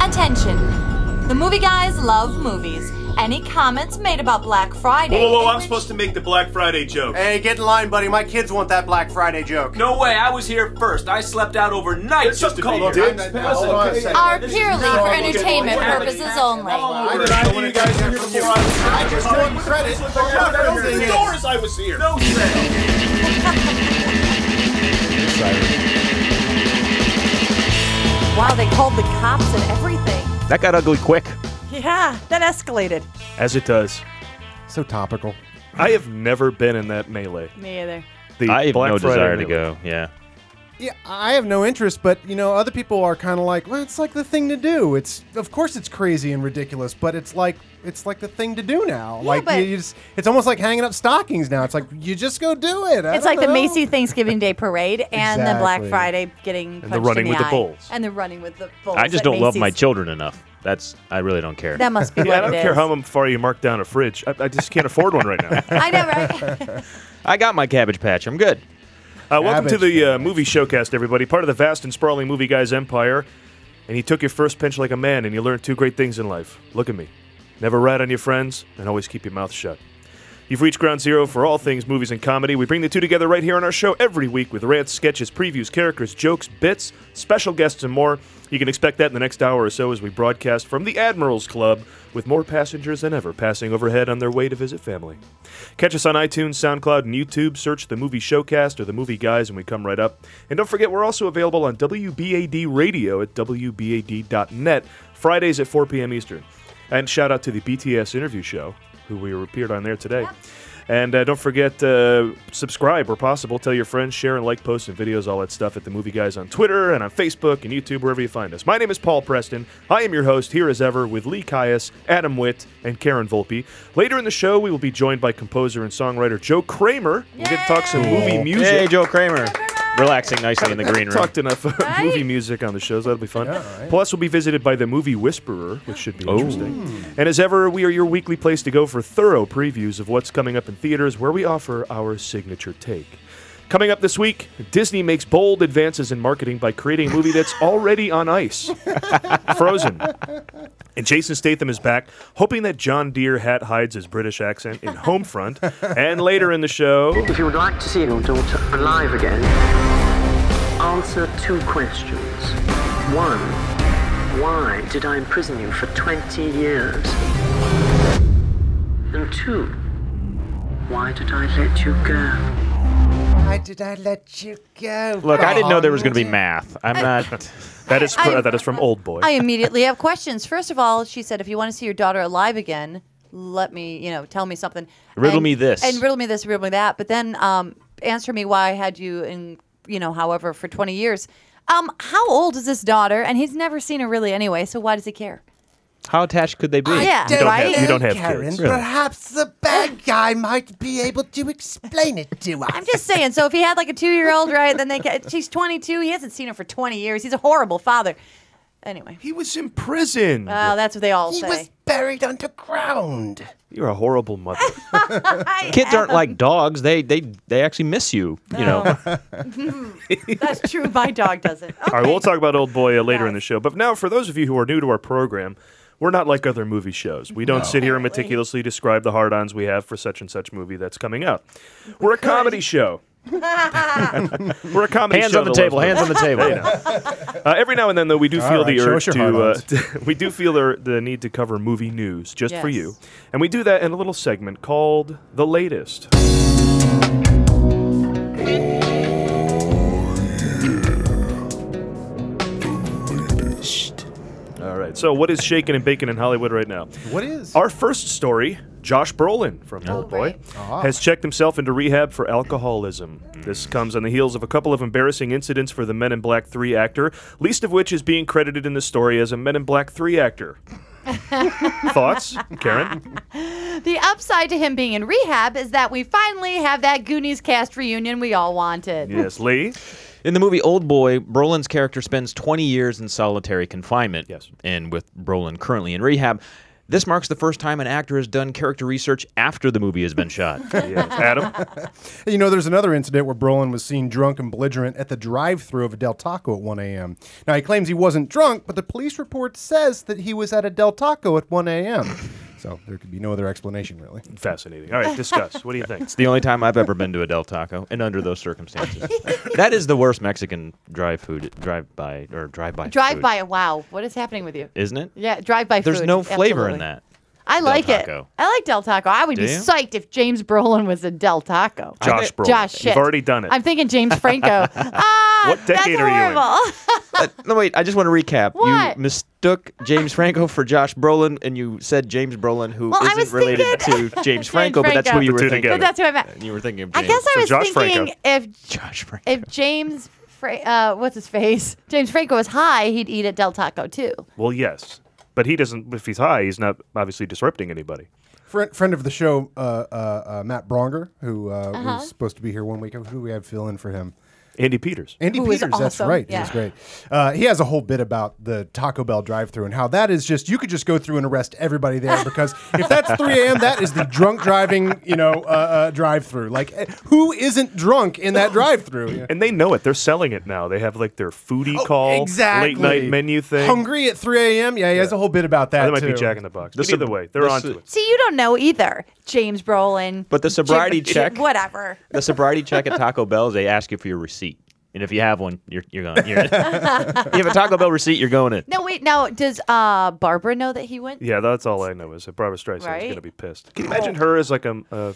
attention. The movie guys love movies. Any comments made about Black Friday? Whoa, whoa, in whoa, I'm which- supposed to make the Black Friday joke. Hey, get in line, buddy. My kids want that Black Friday joke. No way, I was here first. I slept out overnight There's just to something be called here. a Dick. Hold on a second. Are This is purely not for what we're entertainment doing. purposes only. I denied you guys here before. I just want credit for not The everything. door as I was here. No way. Wow, they called the cops and everything. That got ugly quick. Yeah, that escalated. As it does. So topical. I have never been in that melee. Me either. The I have Black no Friday desire to melee. go. Yeah. Yeah, I have no interest, but you know, other people are kind of like, well, it's like the thing to do. It's of course it's crazy and ridiculous, but it's like it's like the thing to do now. like but- you, you just, it's almost like hanging up stockings now. It's like you just go do it. I It's don't like the know. Macy Thanksgiving Day Parade and the Black Exactly. Friday getting punched the in running the with the eye. bulls. and the running with the bulls. I just at don't love my Macy's. children enough. That's I really don't care. That must be Yeah, I what don't it care is. how far you mark down a fridge. I, I just can't afford one right now. I know, right? I got my cabbage patch. I'm good. Uh, welcome to Cabbage the uh, movie showcast, everybody. Part of the vast and sprawling movie guys empire. And you took your first pinch like a man, and you learned two great things in life. Look at me. Never rat on your friends, and always keep your mouth shut. You've reached ground zero for all things movies and comedy. We bring the two together right here on our show every week with rants, sketches, previews, characters, jokes, bits, special guests, and more. You can expect that in the next hour or so as we broadcast from the Admirals Club with more passengers than ever passing overhead on their way to visit family. Catch us on iTunes, SoundCloud, and YouTube. Search the movie showcast or the movie guys, and we come right up. And don't forget, we're also available on WBAD Radio at WBAD.net, Fridays at 4 p.m. Eastern. And shout out to the BTS interview show, who we appeared on there today. And uh, don't forget, uh, subscribe where possible. Tell your friends, share and like posts and videos, all that stuff at The Movie Guys on Twitter and on Facebook and YouTube, wherever you find us. My name is Paul Preston. I am your host here as ever with Lee Caius, Adam Witt, and Karen Volpe. Later in the show, we will be joined by composer and songwriter Joe Kramer. We'll get to talk some movie music. Hey, Joe Kramer. Relaxing nicely in the green room. Talked enough about movie music on the shows. That'll be fun. Plus, we'll be visited by the movie Whisperer, which should Oh. be interesting. And as ever, we are your weekly place to go for thorough previews of what's coming up in theaters, where we offer our signature take. Coming up this week, Disney makes bold advances in marketing by creating a movie that's already on ice. Frozen. And Jason Statham is back, hoping that John Deere hat hides his British accent in Homefront. and later in the show, If you would like to see your daughter alive again, answer two questions. One, why did I imprison you for 20 years? And two, why did I let you go? Why did I let you go? Look, I didn't know there was going to be math. I'm not. that is, I- that is from Old Boy. I immediately have questions. First of all, she said, if you want to see your daughter alive again, let me, you know, tell me something. Riddle And- me this. And riddle me this, riddle me that. But then um, answer me why I had you in, you know, however, for 20 years. Um, how old is this daughter? And he's never seen her really anyway, so why does he care? How attached could they be? yeah, you don't right? have, you don't have Karen, kids. perhaps the bad guy might be able to explain it to us. I'm just saying. So if he had like a two year old, right? Then they ca- she's 22. He hasn't seen her for 20 years. He's a horrible father. Anyway, He was imprisoned. oh, that's what they all he say. was buried underground. You're a horrible mother. I Kids am. aren't like dogs. They they they actually miss you. You know. That's true. My dog doesn't. Oh, Okay. All right, we'll talk about Old Boy uh, later in the show. But now, for those of you who are new to our program, we're not like other movie shows. We don't sit here and meticulously describe the hard ons we have for such and such movie that's coming out. We're a comedy show. we're a comedy Hands show. on the that table. loves Hands on the table. Uh, every now and then, though, we do All feel right, the show urge us your to, uh, hard-ons. to- we do feel the, the need to cover movie news just for Yes. you, and we do that in a little segment called the latest. All right. So, what is shaking and baking in Hollywood right now? What is? Our first story, Josh Brolin from Old Boy, Oh, right. has checked himself into rehab for alcoholism. This comes on the heels of a couple of embarrassing incidents for the Men in Black 3 actor, least of which is being credited in the story as a Men in Black 3 actor. Thoughts, Karen? The upside to him being in rehab is that we finally have that Goonies cast reunion we all wanted. Yes, Lee. In the movie Old Boy, Brolin's character spends 20 years in solitary confinement. Yes. And with Brolin currently in rehab, This marks the first time an actor has done character research after the movie has been shot. Yes. Adam? You know, there's another incident where Brolin was seen drunk and belligerent at the drive thru of a Del Taco at 1 a.m. Now, he claims he wasn't drunk, but the police report says that he was at a Del Taco at 1 a.m. So there could be no other explanation, really. Fascinating. All right, discuss. What do you think? It's the only time I've ever been to a Del Taco, and under those circumstances, that is the worst Mexican drive food drive by or drive by Drive by. Wow. What is happening with you? isn't it? Yeah, drive by. There's food, no flavor absolutely. in that. I like it. Taco. I like Del Taco. I would Do be you? psyched if James Brolin was a Del Taco. Josh Brolin. Josh, shit. You've already done it. I'm thinking James Franco. ah, What decade that's are you in? horrible. But- Uh, no, wait. I just want to recap. What? You mistook James Franco for Josh Brolin, and you said James Brolin, who Well, I was not related thinking- to James Franco, but that's Franco. who you Put were the two thinking. together. but that's who I meant. And you were thinking of I James. guess I So was Josh thinking Franco. if Josh Franco. if James, Fra- uh, what's his face? James Franco was high, he'd eat at Del Taco too. Well, yes. But he doesn't, if he's high, he's not obviously disrupting anybody. Friend, friend of the show, uh, uh, uh, Matt Bronger, who uh, was supposed to be here one week. Who do we have fill in for him? Andy Peters. Andy Who is Peters, that's awesome, right. yeah. He was great. Uh, he has a whole bit about the Taco Bell drive-through and how that is just you could just go through and arrest everybody there because if that's 3 a.m., that is the drunk driving, you know, uh, uh, drive-through. Like, eh, who isn't drunk in that drive-through? Yeah. And they know it. They're selling it now. They have like their foodie call, Oh, exactly. late night menu thing. Hungry at 3 a.m. Yeah, he has a whole bit about that. That might be too. Jack in the Box. This But either is- way, they're this onto is- it. See, you don't know either, James Brolin. But the Jim- sobriety check- whatever. the sobriety check at Taco Bell is they ask you for your receipt, and if you have one, you're you're going. You're in. you have a Taco Bell receipt, you're going in. No, wait. Now, does uh, Barbara know that he went? Yeah, that's all I know is that Barbara Streisand's Right? going to be pissed. Can you imagine her as like a. Uh,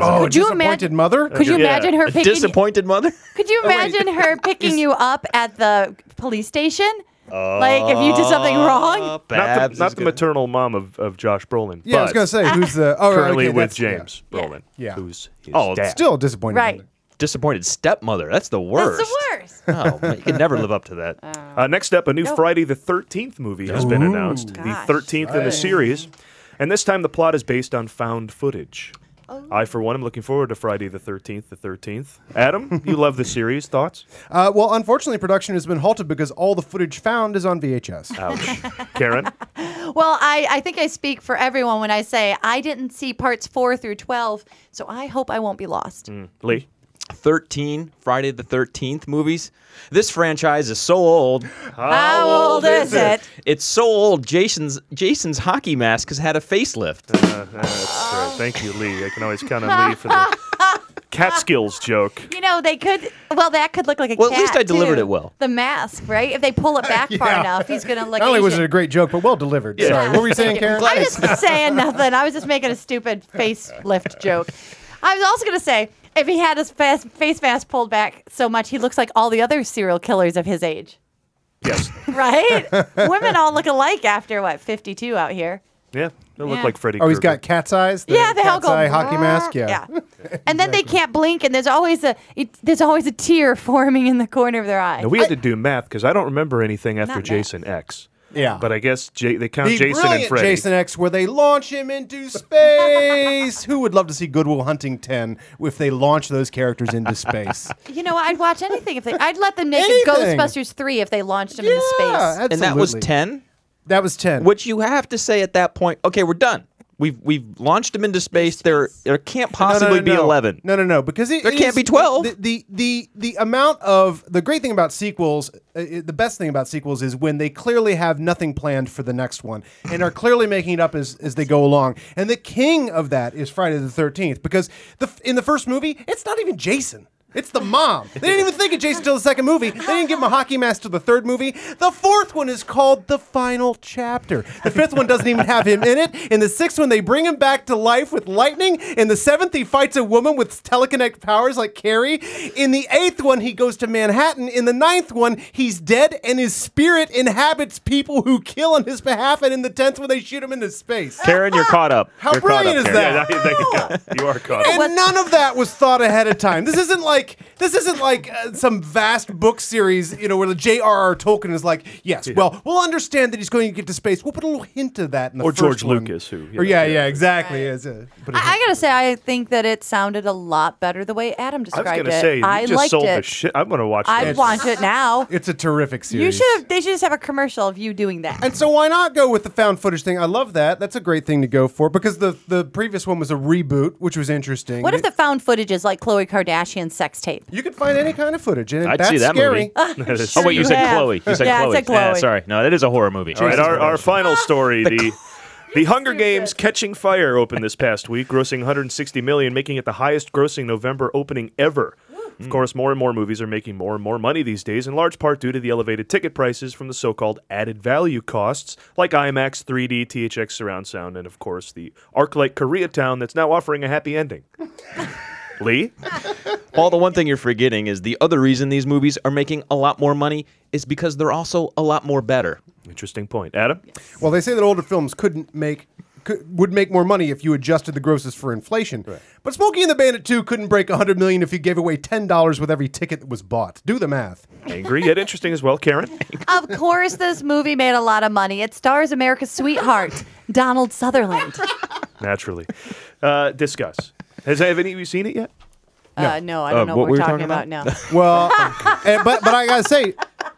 Oh, Could you disappointed imagine- mother? Could you Yeah. imagine her A picking? disappointed mother. Could you imagine her picking you up at the police station? like if you did something wrong. not Babs the, is not the Uh, gonna- maternal mom of, of Josh Brolin. yeah, I was but gonna say who's the oh, Currently okay, with that's- yeah. James Brolin. Yeah. Who's his Oh, dad. Still disappointed. Right. mother. disappointed stepmother. That's the worst. That's the worst. Oh, man, you can never live up to that. Oh. Uh, next up, a new Friday the 13th movie has been announced. Gosh. The 13th in the series. And this time the plot is based on found footage. Oh. I, for one, am looking forward to Friday the 13th, the 13th. Adam, you love the series. Thoughts? Uh, well, unfortunately, production has been halted because all the footage found is on VHS. Ouch. Karen? Well, I, I think I speak for everyone when I say I didn't see parts four through twelve, so I hope I won't be lost. Lee? 13 Friday the 13th movies. This franchise is so old. How old is it? It's so old. Jason's Jason's hockey mask has had a facelift. Uh, uh, that's Oh. right. Thank you, Lee. I can always count on Lee for the Catskills joke. You know, they could. Well, that could look like a. Well, at least cat, I delivered too. it well. The mask, right? If they pull it back far Yeah. enough, he's gonna look. Not only was it Asian. a great joke, but well delivered. Sorry, what were you saying, Karen? I'm just saying nothing. I was just making a stupid facelift joke. I was also gonna say if he had his fast, face mask pulled back so much, he looks like all the other serial killers of his age, Yes. right? Women all look alike after what 52 out here. Yeah. They look Yeah. like Freddy Oh, he's Krueger. got cat's eyes. The yeah, they all cat's go eye hockey mask. Yeah. and then they can't blink, and there's always a it, there's always a tear forming in the corner of their eye. Now, we had to do math because I don't remember anything after math. Jason X. Yeah. But I guess J- they count The Jason brilliant and Freddy. Jason X, where they launch him into space. Who would love to see Goodwill Hunting ten if they launch those characters into space? You know, I'd watch anything if they. I'd let them make a Anything. Ghostbusters three if they launched them yeah, into space. absolutely. And that was 10, That was ten. which you have to say at that point, okay, we're done. We've we've launched them into space. There there can't No, no, possibly no, be no. 11. No, no, no. Because it, There it can't is- be 12. The, the the the amount of the great thing about sequels, uh, it- the best thing about sequels is when they clearly have nothing planned for the next one and are clearly making it up as as they go along. And the king of that is Friday the Thirteenth because the f- in the first movie it's not even Jason. It's the mom. They didn't even think of Jason till the second movie. They didn't give him a hockey mask till the third movie. The fourth one is called The Final Chapter. The fifth one doesn't even have him in it. In the sixth one, they bring him back to life with lightning. In the seventh, he fights a woman with telekinetic powers like Carrie. In the eighth one, he goes to Manhattan. In the ninth one, he's dead and his spirit inhabits people who kill on his behalf. And in the tenth one, they shoot him into space. Karen, you're caught up. How You're caught brilliant up, is Karen. Yeah, there you go. You are caught up. And none of that was thought ahead of time. This isn't like like this isn't like uh, some vast book series, you know, where the J.R.R. Tolkien is like, yes, well, we'll understand that he's going to get to space. We'll put a little hint of that in the Or first George one. Lucas, who- or yeah, yeah, yeah, yeah. exactly. It's a- but I, I gotta say, I think that it sounded a lot better the way Adam I was described gonna it. say, you I just liked sold it. the shit. I'm gonna watch. I'd that. watch it now. it's a terrific series. You should have. They should just have a commercial of you doing that. And so why not go with the found footage thing? I love that. That's a great thing to go for because the the previous one was a reboot, which was interesting. What if the found footage is like Khloe Kardashian's sex tape? you could find any kind of footage, and I'd that's see that scary. movie. oh wait, you, you said have. Chloe. You said Yeah, I Chloe. said Chloe. sorry, no, that is a horror movie. All right, our, our final story: the the Hunger Games: Catching Fire opened this past week, grossing 160 million, making it the highest-grossing November opening ever. Hmm. Of course, more and more movies are making more and more money these days, in large part due to the elevated ticket prices from the so-called added value costs, like IMAX, 3D, THX surround sound, and of course the ArcLight Koreatown that's now offering a happy ending. Lee, All the one thing you're forgetting is the other reason these movies are making a lot more money is because they're also a lot more better. interesting point. Adam, Well, they say that older films couldn't make could, would make more money if you adjusted the grosses for inflation. But Smokey and the Bandit 2 couldn't break 100 million if you gave away $10 with every ticket that was bought. Do the math. angry yet interesting as well. Karen. Of course, this movie made a lot of money. It stars America's sweetheart, Donald Sutherland. Naturally. Uh, discuss. Has have any of you seen it yet? Uh, no, I don't Uh, know what what, were we're you talking, about, talking about? now. Well, and- but but I gotta say,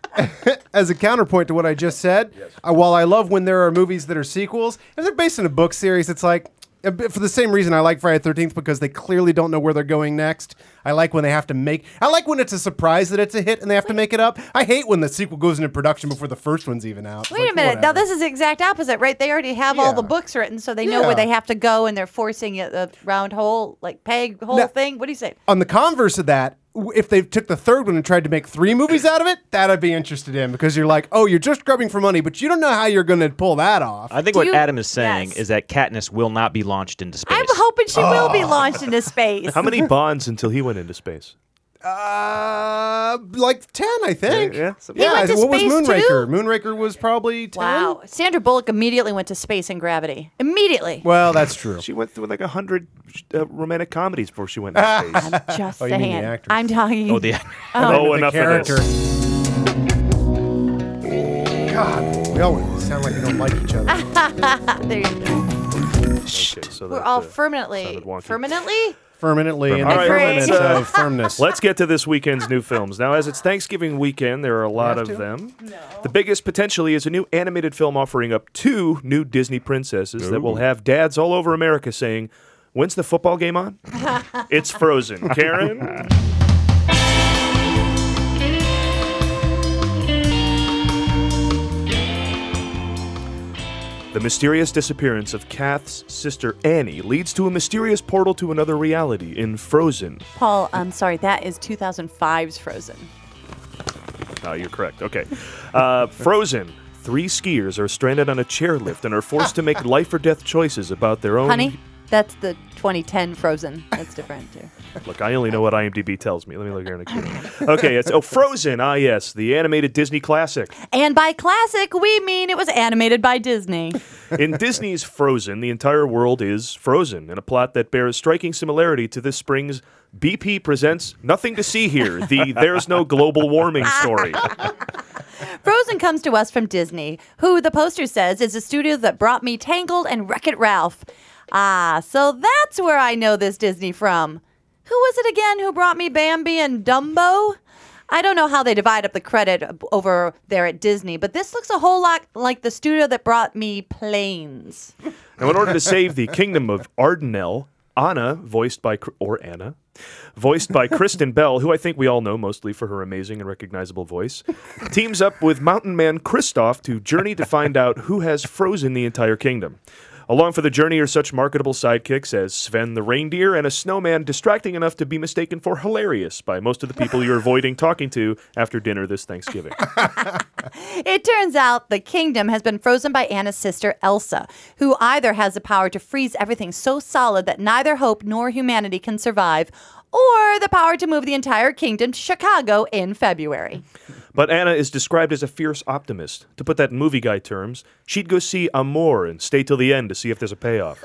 as a counterpoint to what I just said, uh, while I love when there are movies that are sequels, if they're based on a book series, it's like a bit- for the same reason I like Friday Thirteenth because they clearly don't know where they're going next. I like when they have to make. I like when it's a surprise that it's a hit and they have to make it up. I hate when the sequel goes into production before the first one's even out. It's Wait like, a minute. Now whatever. this is the exact opposite, right? They already have all the Yeah. books written, so they know Yeah. where they have to go, and they're forcing it the round hole, like peg hole No. thing. What do you say? on the converse of that, w- if they took the third one and tried to make three movies out of it, that I'd be interested in because you're like, oh, you're just grubbing for money, but you don't know how you're going to pull that off. I think Do what you- Adam is saying Yes. is that Katniss will not be launched into space. I'm hoping she will be launched Ah. into space. How many bonds until he went into space? Uh, like ten, I think. Yeah, yeah. He went to what was space Moonraker? Moonraker was probably ten. Wow. Sandra Bullock immediately went to space and gravity. Immediately. Well, that's true. She went through like a hundred uh, romantic comedies before she went into space. Just Oh, you mean the saying. actress. I'm talking. Oh, the, oh, The enough character. of this. God, we all sound like we don't like each Ah. other. there you go. Okay, so We're that, all uh, firmly, sounded wonky. permanently. Permanently in All the right, permanence let's, uh, of firmness. Let's get to this weekend's new films. Now, as it's Thanksgiving weekend, there are a lot of them. The biggest potentially is a new animated film offering up two new Disney princesses that will have dads all over America saying, When's the football game on? it's Frozen. Karen? The mysterious disappearance of Kath's sister Annie leads to a mysterious portal to another reality in Frozen. Paul, I'm sorry. That is 2005's Frozen. No, you're correct. Okay. Uh, Frozen. Three skiers are stranded on a chairlift and are forced to make life or death choices about their Oh. own. Honey, that's the 2010 Frozen. That's different too. Look, I only know what IMDb tells me. Let me look here in a computer. Okay, it's oh Frozen. Ah, yes, the animated Disney classic. And by classic, we mean it was animated by Disney. In Disney's Frozen, the entire world is frozen in a plot that bears striking similarity to this spring's BP presents Nothing to See Here, the There's No Global Warming story. Frozen comes to us from Disney, who the poster says is the studio that brought me Tangled and Wreck It Ralph. Ah, so that's where I know this Disney from. Who was it again who brought me Bambi and Dumbo? I don't know how they divide up the credit ab- over there at Disney, but this looks a whole lot like the studio that brought me Planes. Now, in order to save the kingdom of Ardenel, Anna, voiced by Cr- or Anna, voiced by Kristen Bell, who I think we all know mostly for her amazing and recognizable voice, teams up with mountain man Kristoff to journey to find out who has frozen the entire kingdom. Along for the journey are such marketable sidekicks as Sven the reindeer and a snowman distracting enough to be mistaken for hilarious by most of the people you're avoiding talking to after dinner this Thanksgiving. It turns out the kingdom has been frozen by Anna's sister Elsa, who either has the power to freeze everything so solid that neither hope nor humanity can survive, or the power to move the entire kingdom to Chicago in February. But Anna is described as a fierce optimist. To put that in movie guy terms, she'd go see Amour and stay till the end to see if there's a payoff.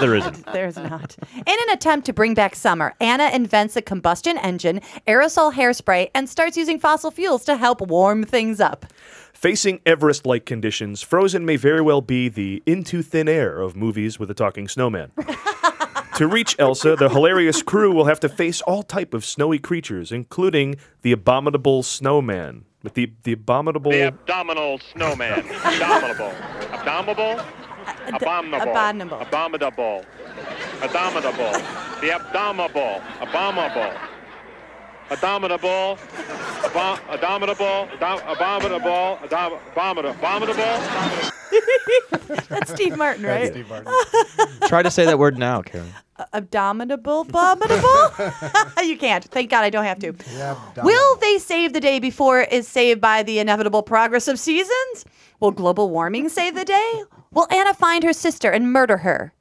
There isn't. There's not. In an attempt to bring back summer, Anna invents a combustion engine, aerosol hairspray, and starts using fossil fuels to help warm things up. Facing Everest like conditions, Frozen may very well be the into thin air of movies with a talking snowman. to reach Elsa, the hilarious crew will have to face all type of snowy creatures, including the abominable snowman. With the, the abominable. The abdominal snowman. Abominable. Abominable? Abominable. abominable. Abominable. Abominable. The abdominable. Abominable. Abominable. Abo- Abominable. Ado- Abominable. Ado- Abominable. Abominable. That's Steve Martin, right? Try to say that word now, Karen. Abdominable, abominable. you can't. Thank God I don't have to. Will they save the day before is saved by the inevitable progress of seasons? Will global warming save the day? Will Anna find her sister and murder her?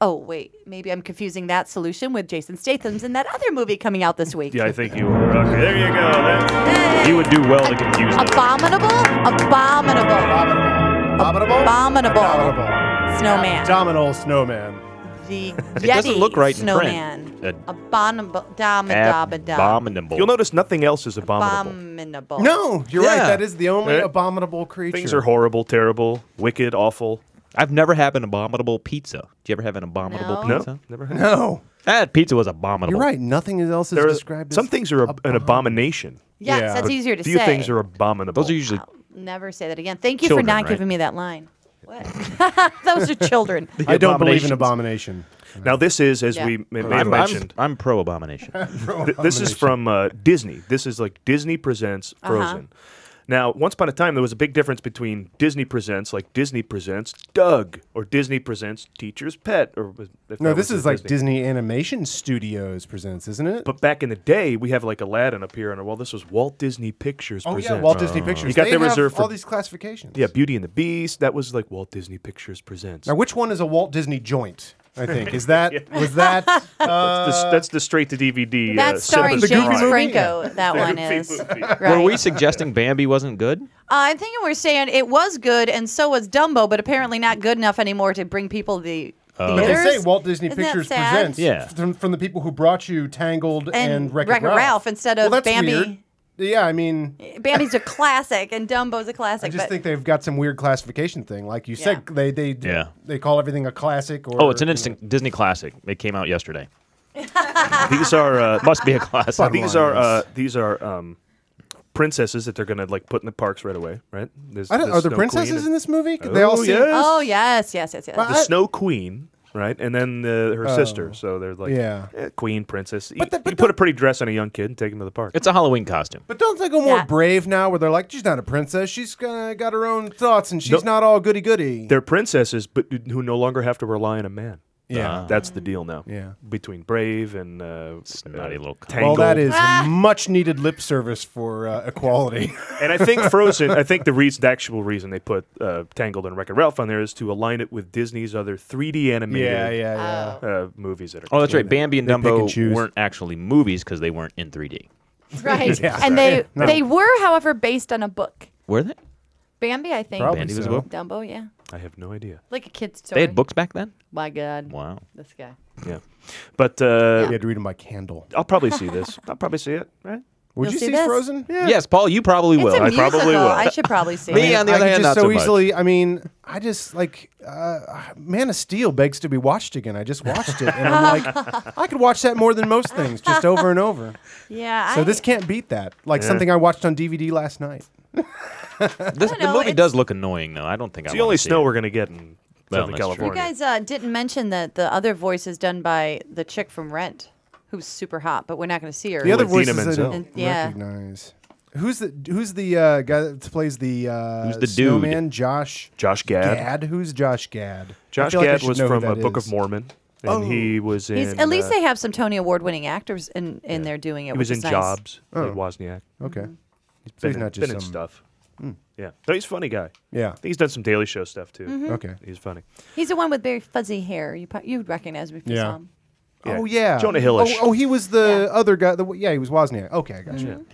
Oh, wait. Maybe I'm confusing that solution with Jason Statham's in that other movie coming out this week. Yeah, I think you are. uh, Okay, there you go. That's- You would do well to confuse this. Abominable, abominable, Abominable. abominable. Abominable. Snowman. Abdominal snowman. The Yeti It doesn't look right in snowman. print. A- Abominable. Abominable. Abominable. You'll notice nothing else is abominable. Abominable. No, you're right. Yeah. That is the only Right. abominable creature. Things are horrible, terrible, wicked, awful. I've never had an abominable pizza. Did you ever have an abominable No, pizza? never had. no, That pizza was abominable. you're right. Nothing else is There are- described. some as things are ab- an abomination. Yes, Yeah. that's But easier to Few say. things are abominable. Those are usually Never say that again. Thank you for Children, not right? giving me that line. What? Those are children. I don't believe in abominations. abomination. now this is, as Yeah. Oh, we may, may have I'm, I'm, mentioned, I'm pro abomination. oh, Th- this is from uh, Disney. This is like Disney Presents Uh-huh. Frozen. Now, once upon a time, there was a big difference between Disney Presents, like Disney Presents Doug, or Disney Presents Teacher's Pet. Or was- if No, that this was is like Disney. Disney Animation Studios presents, isn't it? But back in the day, we have like Aladdin up here, and well, this was Walt Disney Pictures. oh Presents. Uh, yeah, Walt Disney Pictures. You got They the have reserve for- all these classifications. Yeah, Beauty and the Beast. That was like Walt Disney Pictures Presents. Now, which one is a Walt Disney joint? I think is that was that uh, that's, the, that's the straight to DVD. uh, That's starring cinema James drawing. Franco. That one is. Movie. Right. Uh, Were we suggesting Bambi wasn't good? I'm thinking we're saying it was good, and so was Dumbo, but apparently not good enough anymore to bring people the But they theaters. say Walt Disney Isn't that Pictures sad? presents Yeah. f- from, from the people who brought you Tangled And and, Wreck-It Wreck-It Ralph. Ralph instead of well, that's Bambi. Weird. Yeah, I mean, Bambi's a classic, and Dumbo's a classic. I just but think they've got some weird classification thing. Like you said, Yeah. they they Yeah. they call everything a classic or Oh, it's an instant Disney classic. It came out yesterday. These are uh, Must be a classic. these are uh, these are um, princesses that they're gonna like put in the parks right away, right? There's, I don't, the are there Snow princesses Queen in this movie? and- they all Oh, seem- yes. Oh yes, yes, yes, yes. Well, the I- Oh, Snow Queen, right? And then the, her sister. So they're like Yeah. eh, queen, princess. you the- but you put the- a pretty dress on a young kid and take him to the park. It's a Halloween costume. But don't they go more Yeah. brave now, where they're like, she's not a princess. She's uh, got her own thoughts, and she's not all goody goody. they're princesses, but who no longer have to rely on a man. Uh, Yeah. that's the deal now. Yeah. between Brave and uh, Snotty uh, little cunt. Well, Tangled. that is Ah. much needed lip service for uh, equality. and I think Frozen. I think the reason, the actual reason they put uh, Tangled and Wreck It Ralph on there is to align it with Disney's other 3D animated yeah, yeah, yeah. Uh, movies that are. Oh, that's right. Bambi and pick and Dumbo choose. weren't actually movies because they weren't in 3D. right. And they No. They were, however, based on a book. Were they? Bambi, I think. Probably Bambi was so. a book. Dumbo, yeah. I have no idea. Like a kid's story. They had books back then. My God, Wow. this guy. Yeah, but uh, You had to read them by candle. I'll probably see this. I'll probably see it. Right? Would You'll you see see, this. Frozen? Yeah. Yes, Paul, you probably It's will. a I musical. probably will. I should probably see Me it. on the I other could hand, just so, not so much. easily. I mean, I just like uh, Man of Steel begs to be watched again. I just watched it, and I'm like, I could watch that more than most things, just over and over. Yeah. So I, this can't beat that. Like something I watched on DVD last night. This- the know, movie it's- does look annoying, though. I don't think It's I the only wanna see snow it. we're gonna get in Well, Southern that's true. You You California. guys uh, didn't mention that the other voice is done by the chick from Rent, who's super hot, but we're not going to see her. The other Idina voices I Menzel. don't Yeah. recognize. Who's the Who's the uh, guy that plays the uh, Who's the dude? snowman? Josh Josh Gad. Gad. Who's Josh Gad? I Josh feel like I Gad should was know who from that uh, Book of is. Oh. Mormon, and he was in. He's, at least uh, they have some Tony Award-winning actors in, in there doing it. He was which in is nice. Jobs. Played Wozniak. Okay. He's So been, he's in- not just been in some- stuff. Yeah, no, he's a funny guy. Yeah. I think he's done some Daily Show stuff too. Okay. He's funny. He's the one with very fuzzy hair. You pro- you'd recognize him if you Yeah. saw him. Oh yeah, Jonah Hillish. Mm-hmm. Oh, oh, he was the other guy. The, yeah, he was Wozniak. Okay, I got you.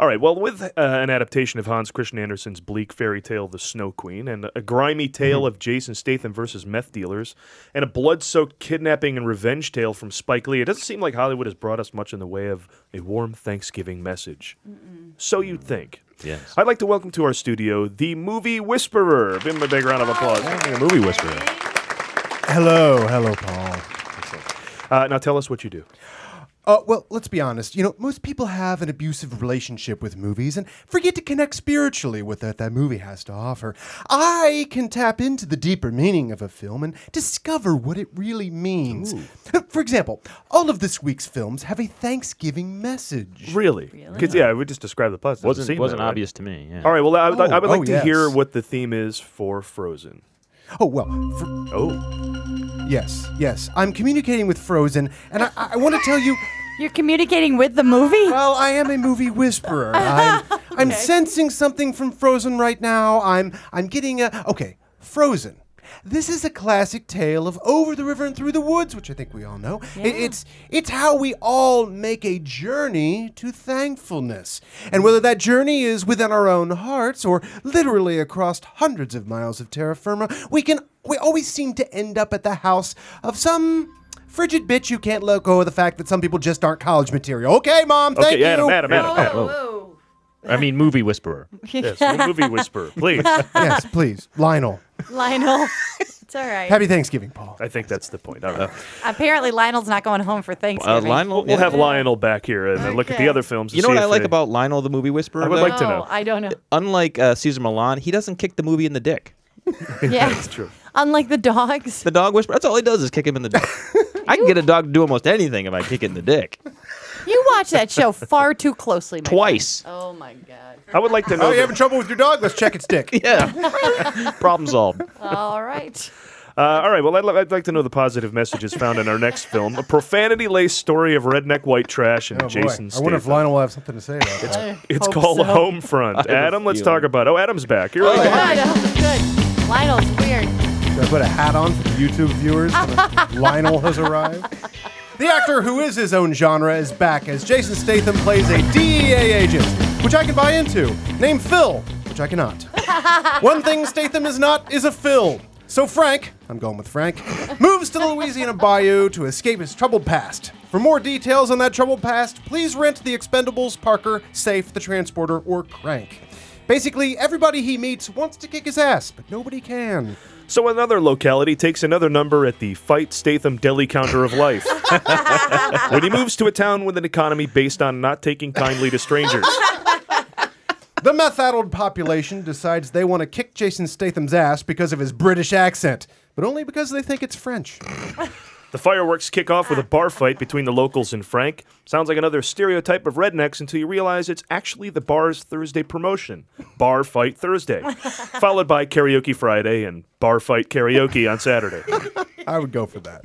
All right. Well, with uh, an adaptation of Hans Christian Andersen's bleak fairy tale, The Snow Queen, and a grimy tale of Jason Statham versus meth dealers, and a blood soaked kidnapping and revenge tale from Spike Lee, it doesn't seem like Hollywood has brought us much in the way of a warm Thanksgiving message. So you'd think. Yes. I'd like to welcome to our studio the movie whisperer. Give him a big round of applause. a movie whisperer. Hello, hello, Paul. Uh, now tell us what you do. Uh, well, let's be honest. You know, most people have an abusive relationship with movies and forget to connect spiritually with what that movie has to offer. I can tap into the deeper meaning of a film and discover what it really means. For example, all of this week's films have a Thanksgiving message. Really? 'Cause, yeah, we just described the plot. Doesn't Wasn't- seem wasn't that way. obvious to me, yeah. All right. Well, I, would- I would Oh, like oh, to yes. hear what the theme is for Frozen. Oh, well, for, Oh. yes, yes. I'm communicating with Frozen, and I, I want to tell you. You're communicating with the movie? Well, I am a movie whisperer. I'm, I'm sensing something from Frozen right now. I'm I'm getting a okay. Frozen. This is a classic tale of over the river and through the woods, which I think we all know. I- it's it's how we all make a journey to thankfulness, and whether that journey is within our own hearts or literally across hundreds of miles of terra firma, we can we always seem to end up at the house of some frigid bitch who can't let go of the fact that some people just aren't college material. Okay, mom. Thank okay. you. Adam. Adam. Adam. Adam. Whoa. I mean, movie whisperer. Yes, the movie whisperer, please. I yes, please, Lionel. Lionel. it's all right. Happy Thanksgiving, Paul. think that's the point. All right. Apparently, Lionel's not going home for Uh, Thanksgiving. Lionel. We'll have Lionel back here and then look at the Okay. other films. and You know see what I if like they- about Lionel the movie whisperer? I would though? like to know. Oh, I don't know. Unlike uh, Caesar Milan, he doesn't kick the movie in the dick. Yeah. That's true. Unlike the dogs. The dog whisperer. That's all he does is kick him in the dick. I can get a dog to do almost anything if I kick it in the dick You watch that show far too closely. my twice. friend. Oh, my God. I would like to know. Oh, you that- having trouble with your dog? Let's check its dick. Yeah. Problem solved. All right. Uh, all right. Well, I'd, li- I'd like to know the positive messages found in our next film, a profanity-laced story of redneck white trash and Oh, boy. Jason I wonder if Statham. Lionel will have something to say about that. It's Hope called so. Homefront. Adam, let's talk feeling. about. Oh, Adam's back. You're Good. right. Good. Lionel's weird. Should I put a hat on for the YouTube viewers? Lionel has arrived. The actor who is his own genre is back as Jason Statham plays a DEA agent, which I can buy into, named Phil, which I cannot. One thing Statham is not is a Phil. So Frank, I'm going with Frank, moves to the Louisiana Bayou to escape his troubled past. For more details on that troubled past, please rent The Expendables, Parker, Safe, The Transporter, or Crank. Basically, everybody he meets wants to kick his ass, but nobody can. So another locality takes another number at the Fight Statham Deli counter of life. when he moves to a town with an economy based on not taking kindly to strangers. The meth-addled population decides they want to kick Jason Statham's ass because of his British accent, but only because they think it's French. The fireworks kick off with a bar fight between the locals and Frank. Sounds like another stereotype of rednecks until you realize it's actually the bar's Thursday promotion, Bar Fight Thursday, followed by Karaoke Friday and Bar Fight Karaoke on Saturday. I would go for that.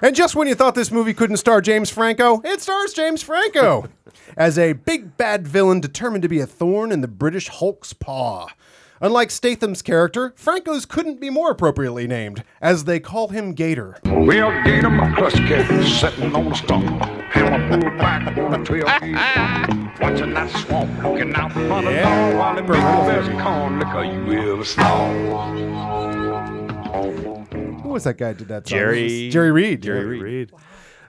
and just when you thought this movie couldn't star James Franco, it stars James Franco as a big bad villain determined to be a thorn in the British Hulk's paw. Unlike Statham's character, Franco's couldn't be more appropriately named, as they call him Gator. We'll get 'em a husky sitting on a stump. Have a pull back on a tailgate. Watching that swamp looking out for the Yeah. door while it be the best corn liquor you ever saw. Who was that guy that did that song? Jerry- Jerry Reed. Jerry Reed. Reed.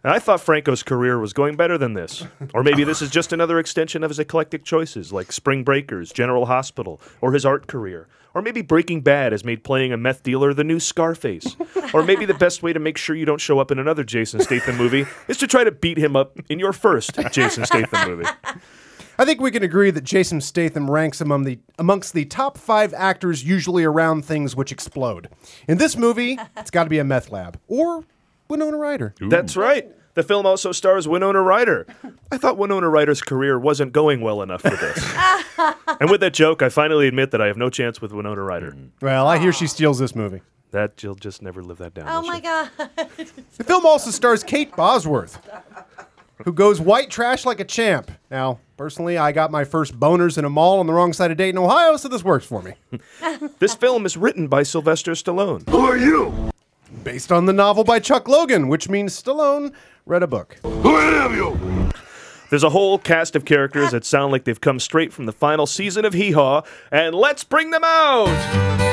And I thought Franco's career was going better than this. Or maybe this is just another extension of his eclectic choices, like Spring Breakers, General Hospital, or his art career. Or maybe Breaking Bad has made playing a meth dealer the new Scarface. or maybe the best way to make sure you don't show up in another Jason Statham movie is to try to beat him up in your first Jason Statham movie. I think we can agree that Jason Statham ranks among the amongst the top five actors usually around things which explode. In this movie, it's got to be a meth lab or Winona Ryder. That's right. The film also stars Winona Ryder. I thought Winona Ryder's career wasn't going well enough for this. and with that joke, I finally admit that I have no chance with Winona Ryder. Mm. Well, I hear she steals this movie. That you'll just never live that down. Oh, will my she? God. The film also stars Kate Bosworth, who goes white trash like a champ. Now, personally, I got my first boners in a mall on the wrong side of Dayton, Ohio, so this works for me. This film is written by Sylvester Stallone. Who are you? Based on the novel by Chuck Logan, which means Stallone read a book. Who are you? There's a whole cast of characters that sound like they've come straight from the final season of Hee Haw, and let's bring them out!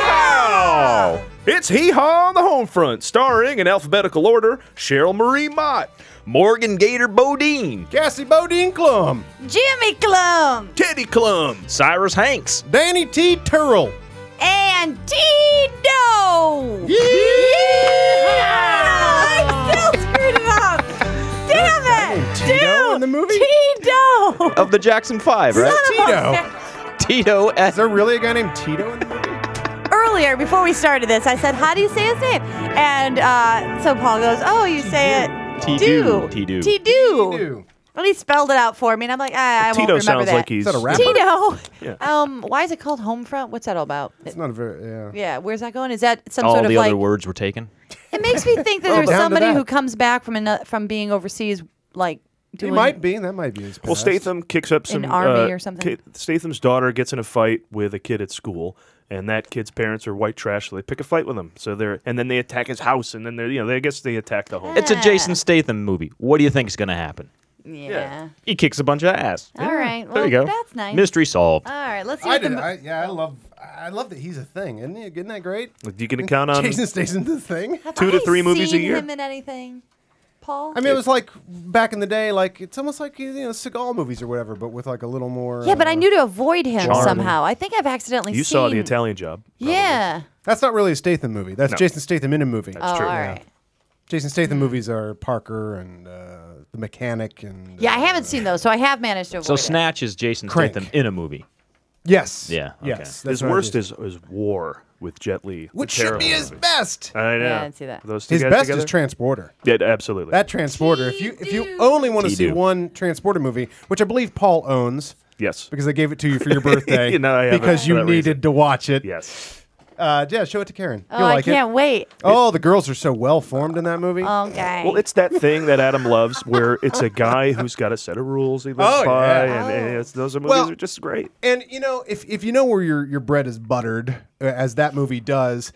Wow! It's Hee Haw on the Home Front, starring in alphabetical order Cheryl Marie Mott, Morgan Gator Bodine, Cassie Bodine Clum, Jimmy Clum Teddy Clum, Cyrus Hanks, Danny T. Turrell. and Tito. I still screwed it up. Damn it, Tito in the movie? Tito. of the Jackson Five, right? Tito. Tito Is as there really a guy named Tito in the movie? Earlier, before we started this, I said, "How do you say his name?" And uh, so Paul goes, "Oh, you say it." T-do. T-do. T-do. T-do. And he spelled it out for me, and I'm like, ah, I won't Tito remember sounds that. like he's. that a rapper? Tito. Yeah. Um, why is it called Homefront? What's that all about? It's not a very yeah. yeah, where's that going? Is that some all sort of the like? other words were taken. It makes me think that Oh, there's down to somebody that. who comes back from ano- from being overseas, like He doing. might be. That might be his. Well, past. Statham kicks up some An army uh, or something? ki- Statham's daughter gets in a fight with a kid at school, and that kid's parents are white trash, so they pick a fight with him. So they're and then they attack his house, and then they're you know they I guess they attack the Eh. whole. It's a Jason Statham movie. What do you think is going to happen? Yeah. He kicks a bunch of ass. All right. Well, There you go. Oh, That's nice. Oh, Mystery solved. All right. Let's see. I What the did. mo- I, yeah, I love. I love that he's a thing. Isn't he? Isn't that great? You can count on Jason Statham's a thing. Have two to I three movies a seen year. Him in anything, Paul? I mean, it was like back in the day. Like it's almost like you know Seagal movies or whatever, but with like a little more. yeah, but I uh, knew to avoid him Charming. somehow. I think I've accidentally you seen. saw the Italian Job. Yeah. That's not really a Statham movie. That's No. Jason Statham in a movie. Oh, true. all Yeah. right. Jason Statham movies are Parker and uh, The Mechanic and. Yeah, I uh, haven't seen those, so I have managed to avoid. So it. Snatch is Jason Crank. Statham in a movie. Yes. Yeah, okay. Yes. His worst is, is War with Jet Li, the Which should be terrible his movie. best. I know. Yeah, I didn't see that. Those two His guys best together? is Transporter. yeah, absolutely. That Transporter. If you if you only want to see T-do. one Transporter movie, which I believe Paul owns yes. because I gave it to you for your birthday, You know I have it because for you that needed reason. to watch it. Yes. Uh, yeah, show it to Karen. Oh, You'll I like can't Oh, it. wait. Oh, the girls are so well formed in that movie. Okay. Well, it's that thing that Adam loves, where it's a guy who's got a set of rules he lives Oh, by, yeah. and, and it's, those movies Well- are just great. And you know, if if you know where your your bread is buttered, uh, as that movie does.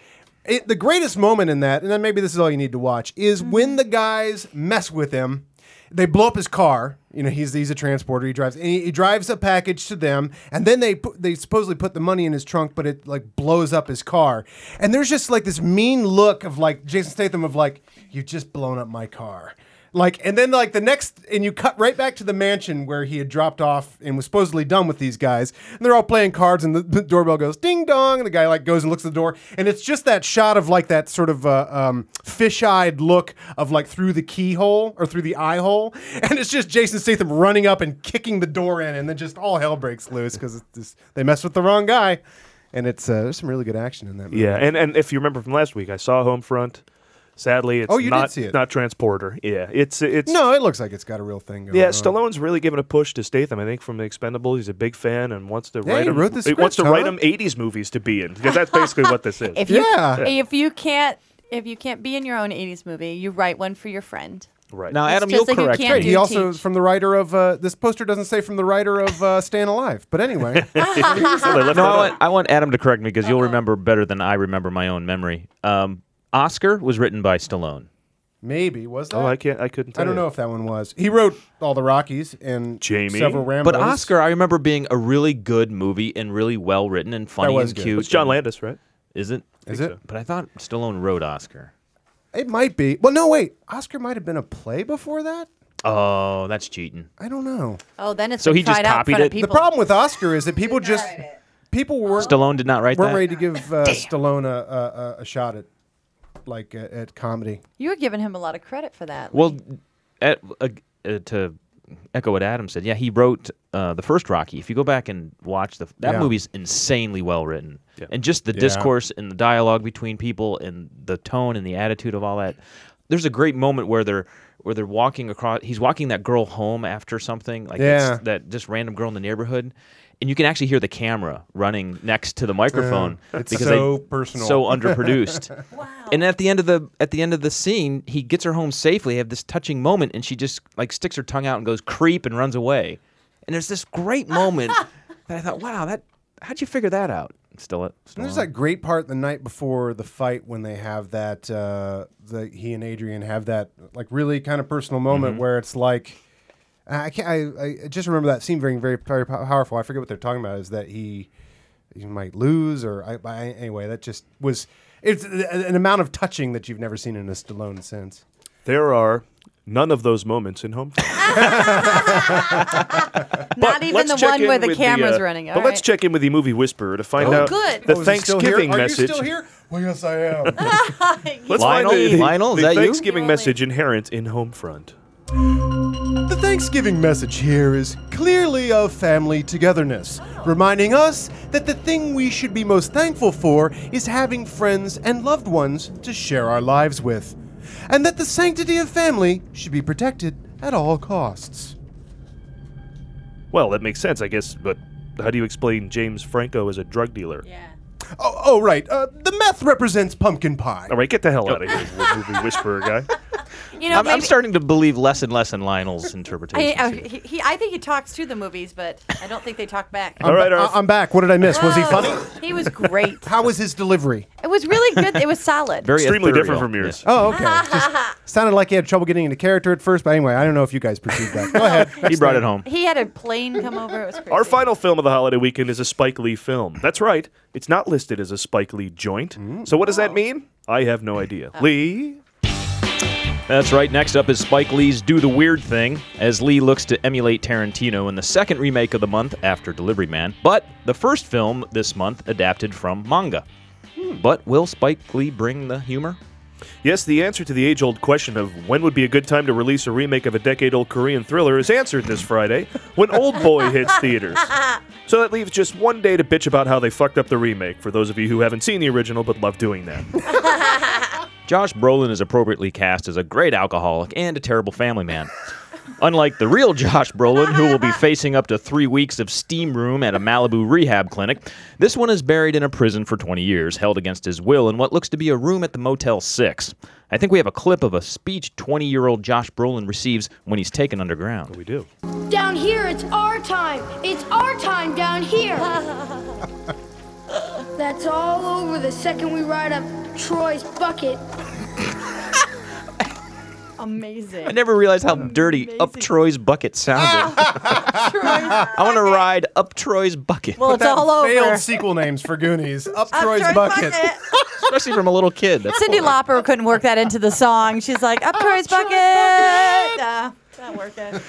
It, the greatest moment in that, and then maybe this is all you need to watch, is when the guys mess with him. They blow up his car. You know, he's he's a transporter. He drives. And he, he drives a package to them, and then they put, they supposedly put the money in his trunk, but it like blows up his car. And there's just like this mean look of like Jason Statham of like you've just blown up my car. Like, and then like the next, and you cut right back to the mansion where he had dropped off and was supposedly done with these guys. And they're all playing cards, and the, the doorbell goes ding dong, and the guy like goes and looks at the door, and it's just that shot of like that sort of uh, um, fish-eyed look of like through the keyhole or through the eye hole, and it's just Jason Statham running up and kicking the door in, and then just all hell breaks loose because they mess with the wrong guy, and it's uh, there's some really good action in that. Movie. Yeah, and, and if you remember from last week, I saw Homefront. Sadly, it's Oh, you did not see it. not Transporter. Yeah, it's it's No, it looks like it's got a real thing. Going Yeah, on. Stallone's really given a push to Statham. I think from the Expendables, he's a big fan and wants to Yeah, write he him. wrote the wants to script, write huh? him '80s movies to be in because that's basically what this is. If you Yeah. if you can't if you can't be in your own 80s movie, you write one for your friend. right Now, Adam, just you'll like you correct can't me. do- He also teach. is from the writer of uh, this poster doesn't say from the writer of uh, Staying Alive, but anyway, So they left No, that I out. want, I want Adam to correct me because you'll remember better than I remember my own memory. Um, Oscar was written by Stallone. maybe was that? oh, I can't. I couldn't. Tell I don't you. know if that one was. He wrote all the Rockies and Jamie. several Rambo. But Oscar, I remember being a really good movie and really well written and funny was and good. cute. It's John and- Landis, right? Is it? is it? But I thought Stallone wrote Oscar. It might be. Well, no, wait. Oscar might have been a play before that. Oh, that's cheating. I don't know. Oh, then it's So been he just tried out in copied front of it? The people. The problem with Oscar is that people just people weren't Stallone did not write weren't that. ready to give uh, Stallone a, a, a- a shot at like uh, at comedy. you were giving him a lot of credit for that. Well, at, uh, uh, to echo what Adam said, yeah, he wrote uh, the first Rocky. If you go back and watch the that Yeah. movie's insanely well written, Yeah. and just the discourse and the dialogue between people and the tone and the attitude of all that. There's a great moment where they're where they're walking across. He's walking that girl home after something like it's Yeah. that just random girl in the neighborhood. And you can actually hear the camera running next to the microphone it's because so they, personal. so underproduced. And at the end of the at the end of the scene, he gets her home safely. They have this touching moment, and she just like sticks her tongue out and goes creep and runs away. And there's this great moment that I thought, wow, that How'd you figure that out? Still it. Still And there's on. that great part the night before the fight when they have that uh, the he and Adrian have that like really kind of personal moment Mm-hmm. Mhm. where it's like I can't I, I just remember that scene very very very pow- powerful. I forget what they're talking about is that he he might lose or I, I anyway that just was it's a- an amount of touching that you've never seen in a Stallone since. There are none of those moments in Home. Not even Let's the check one in where the with camera's uh, running. But All let's right. check in with the movie whisperer to find Oh, out good. the Oh, is he still here? Thanksgiving Are you message. still here? Well, yes, I am. Let's find Lionel? the, Lionel, is the that you? Thanksgiving message inherent in Homefront. The Thanksgiving message here is clearly of family togetherness, reminding us that the thing we should be most thankful for is having friends and loved ones to share our lives with, and that the sanctity of family should be protected at all costs. Well, that makes sense, I guess. But how do you explain James Franco as a drug dealer? Yeah. Oh, oh right, uh, the meth represents pumpkin pie. All right, get the hell out of here, you movie whisperer guy. You know, I'm, I'm maybe- starting to believe less and less in Lionel's I, interpretation. uh, he, he, I think he talks to the movies, but I don't think they talk back. I'm ba- I- I'm back. What did I miss? Was he Whoa. funny? He was great. How was his delivery? It was really good. It was solid. Extremely different from yours. Oh, okay. Just sounded like he had trouble getting into character at first, but anyway, I don't know if you guys perceived that. Go ahead. He brought it home. He had a plane come over. It was crazy. Our final film of the holiday weekend is a Spike Lee film. That's right. It's not listed as a Spike Lee joint. So what does Oh. that mean? I have no idea. Uh. Lee. That's right. Next up is Spike Lee's Do the Weird Thing, as Lee looks to emulate Tarantino in the second remake of the month after Delivery Man, but the first film this month adapted from manga. But will Spike Lee bring the humor? Yes, the answer to the age old question of when would be a good time to release a remake of a decade old Korean thriller is answered this Friday when Old Boy hits theaters. So that leaves just one day to bitch about how they fucked up the remake, for those of you who haven't seen the original but love doing that. Josh Brolin is appropriately cast as a great alcoholic and a terrible family man. Unlike the real Josh Brolin, who will be facing up to three weeks of steam room at a Malibu rehab clinic, this one is buried in a prison for 20 years, held against his will in what looks to be a room at the Motel 6. I think we have a clip of a speech 20 year old Josh Brolin receives when he's taken underground. We do. Down here, it's our time. It's our time down here. That's all over the second we ride up Troy's bucket. Amazing. I never realized how dirty Up Troy's Bucket sounded. I want to ride Up Troy's Bucket. Put that in Failed sequel names for Goonies. Up, Troy's, Troy's bucket. Especially from a little kid. That's Cindy Lauper couldn't work that into the song. She's like, up Troy's bucket. Uh, Nah, not working.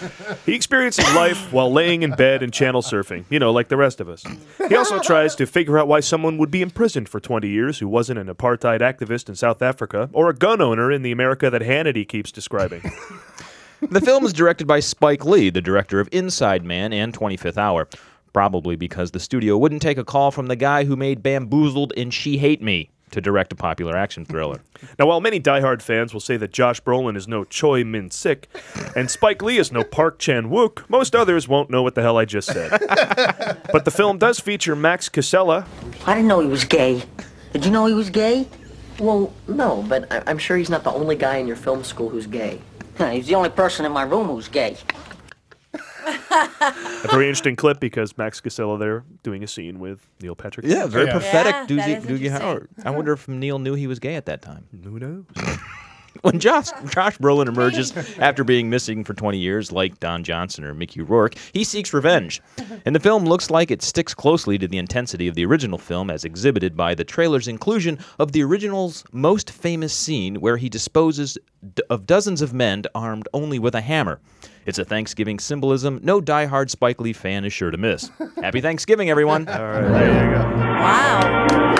He experiences life while laying in bed and channel surfing, you know, like the rest of us. He also tries to figure out why someone would be imprisoned for 20 years who wasn't an apartheid activist in South Africa or a gun owner in the America that Hannity keeps describing. the film is directed by Spike Lee, the director of Inside Man and 25th Hour, probably because the studio wouldn't take a call from the guy who made Bamboozled and She Hate Me to direct a popular action thriller. Now, while many diehard fans will say that Josh Brolin is no Choi Min Sik and Spike Lee is no Park Chan Wook, most others won't know what the hell I just said. but the film does feature Max Casella. I didn't know he was gay. Did you know he was gay? Well, no, but I- I'm sure he's not the only guy in your film school who's gay. he's the only person in my room who's gay. A very interesting clip because Max Casella there doing a scene with Neil Patrick. Yeah, very Harris. prophetic. Yeah, that Doogie, is Doogie interesting. Howard. I wonder if Neil knew he was gay at that time. Who knows? when Josh Josh Brolin emerges after being missing for 20 years, like Don Johnson or Mickey Rourke, he seeks revenge. And the film looks like it sticks closely to the intensity of the original film, as exhibited by the trailer's inclusion of the original's most famous scene, where he disposes d- of dozens of men armed only with a hammer. It's a Thanksgiving symbolism no diehard Spike Lee fan is sure to miss. Happy Thanksgiving, everyone! All right, there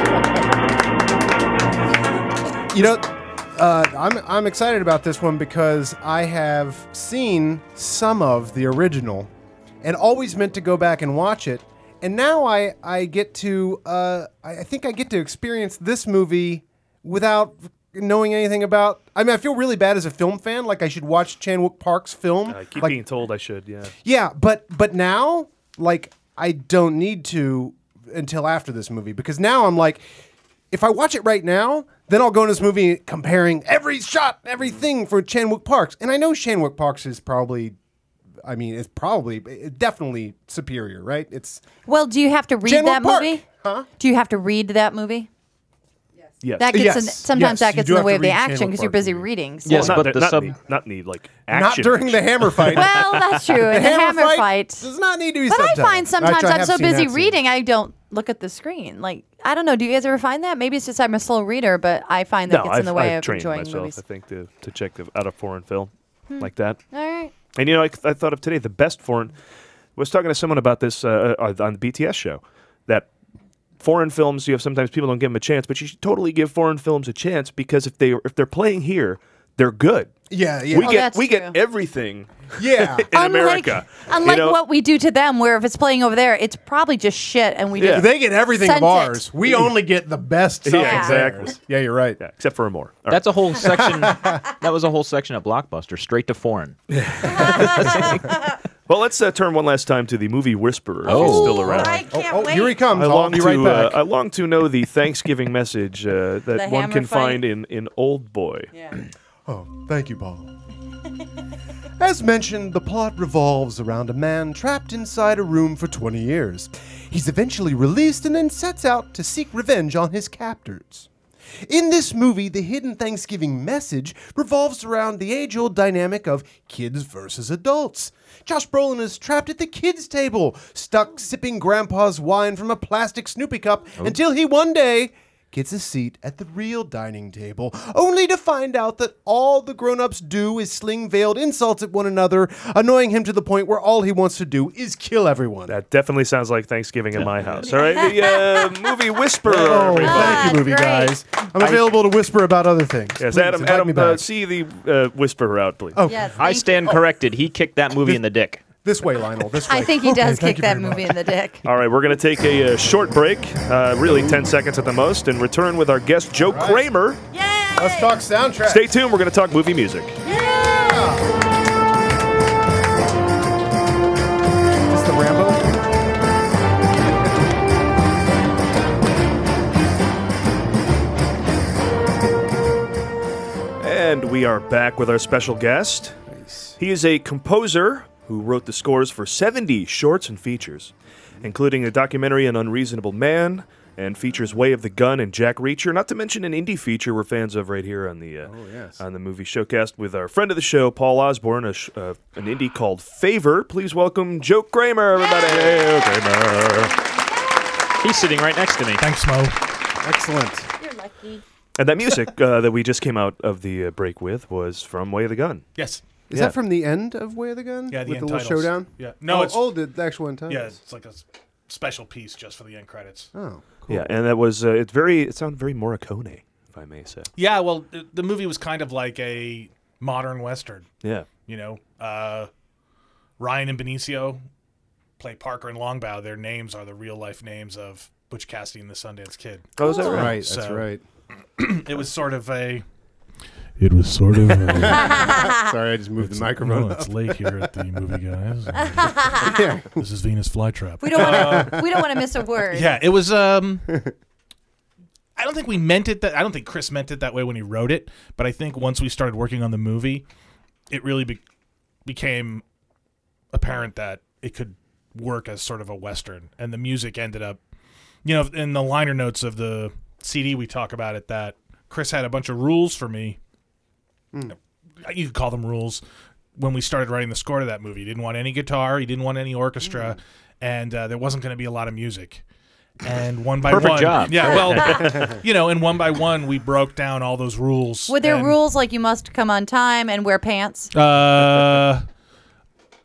you go. You know, uh, I'm I'm excited about this one because I have seen some of the original, and always meant to go back and watch it, and now I I get to uh, I I think I get to experience this movie without knowing anything about. I mean, I feel really bad as a film fan. Like I should watch Chan Wook Park's film. I Uh, keep like, being told I should, yeah. yeah, but but now like I don't need to until after this movie because now I'm like if I watch it right now, then I'll go in this movie comparing every shot, everything for Chan Wook Parks. And I know Chan Wook Parks is probably I mean, it's probably it- definitely superior, right? It's Well, do you have to read General that Park, movie? Huh? Do you have to read that movie? Yes. That gets in- sometimes that gets in the way of the action because you're busy reading. so- Yes, not but the not sub- need, not need like Not action. during the hammer fight. well, that's true. The In the hammer hammer fight fight, does not need to be But I subtitled. find sometimes Actually, I I'm have so seen busy that scene. reading, I don't look at the screen. Like I don't know. Do you guys ever find that? Maybe it's just I'm a slow reader, but I find that no, gets I've, in the way I've of trained enjoying myself, movies. I think, to, to check the, out a foreign film Hmm. like that. All right. And you know, I, I thought of today the best foreign. I was talking to someone about this uh, uh, on the BTS show that foreign films. You have sometimes people don't give them a chance, but you should totally give foreign films a chance because if they if they're playing here, they're good. Yeah, Oh, We Oh, get that's we get everything. Yeah, in America, you Unlike know? what we do to them, where if it's playing over there, it's probably just shit, and we just They get everything sent of it. ours. We only get the best. Yeah, stuff of exactly. theirs. Yeah, you're right. except for more. That's a whole section. that was a whole section of Blockbuster, straight to foreign. Well, let's uh, turn one last time to the movie Whisperer. Oh. if he's still Ooh, around. I can't oh, wait. here he comes. I I'll long be to, right uh, back. I long to know the Thanksgiving message uh, that The one hammer can fight. find in, in Old Boy. Oh, thank you, Paul. As mentioned, the plot revolves around a man trapped inside a room for 20 years. He's eventually released and then sets out to seek revenge on his captors. In this movie, the hidden Thanksgiving message revolves around the age old dynamic of kids versus adults. Josh Brolin is trapped at the kids' table, stuck sipping grandpa's wine from a plastic Snoopy cup Oh. until he one day gets a seat at the real dining table, only to find out that all the grown ups do is sling veiled insults at one another, annoying him to the point where all he wants to do is kill everyone. That definitely sounds like Thanksgiving in my house. All right, the uh, movie Whisperer. Oh, everybody. thank you, movie guys. I'm available to whisper about other things. Yes, Please, Adam. invite me Adam, back. uh, see the uh, Whisperer out, please. Oh. Yes, I stand corrected. He kicked that movie in the dick. This way, Lionel. This I think he does kick that movie in the dick. All right, we're going to take a uh, short break, uh, really 10 seconds at the most, and return with our guest, Joe Kramer. Let's talk soundtrack. Stay tuned. We're going to talk movie music. Is the Rambo? And we are back with our special guest. He is a composer who wrote the scores for 70 shorts and features, including the documentary An Unreasonable Man and features Way of the Gun and Jack Reacher, not to mention an indie feature we're fans of right here on the uh, on the movie showcast with our friend of the show Paul Osborne, a sh- uh, an indie called Favor. Please welcome Joe Kramer, everybody. Joe Kramer. He's sitting right next to me. Thanks, Mo. Excellent. You're lucky. And that music uh, that we just came out of the uh, break with was from Way of the Gun. Yes. Is Yeah. that from the end of Way of the Gun? Yeah, the With end the little titles. showdown? Yeah. No, oh, it's- oh, the, the actual end title? Yeah, it's like a s- special piece just for the end credits. Oh. Yeah, and that was uh, it's very it sounded very Morricone, if I may say. Yeah, well, th- the movie was kind of like a modern western. Yeah. You know, uh, Ryan and Benicio play Parker and Longbow. Their names are the real life names of Butch Cassidy and the Sundance Kid. Oh, is that Cool. right? Right, that's right. it was sort of a. It was sort of. Sorry, I just moved It's- the microphone. no, it's late here at the movie guys. Yeah. This is Venus Flytrap. We don't want to. we don't want to miss a word. Uh, Yeah, it was. Um, I don't think we meant it that. I don't think Chris meant it that way when he wrote it. But I think once we started working on the movie, it really be- became apparent that it could work as sort of a western, and the music ended up, you know, in the liner notes of the CD we talk about it that Chris had a bunch of rules for me. You could call them rules. When we started writing the score to that movie, he didn't want any guitar, he didn't want any orchestra, and uh, there wasn't going to be a lot of music. And one by Perfect one, job. yeah, well, you know, and one by one, we broke down all those rules. Were there and- rules like you must come on time and wear pants? Uh,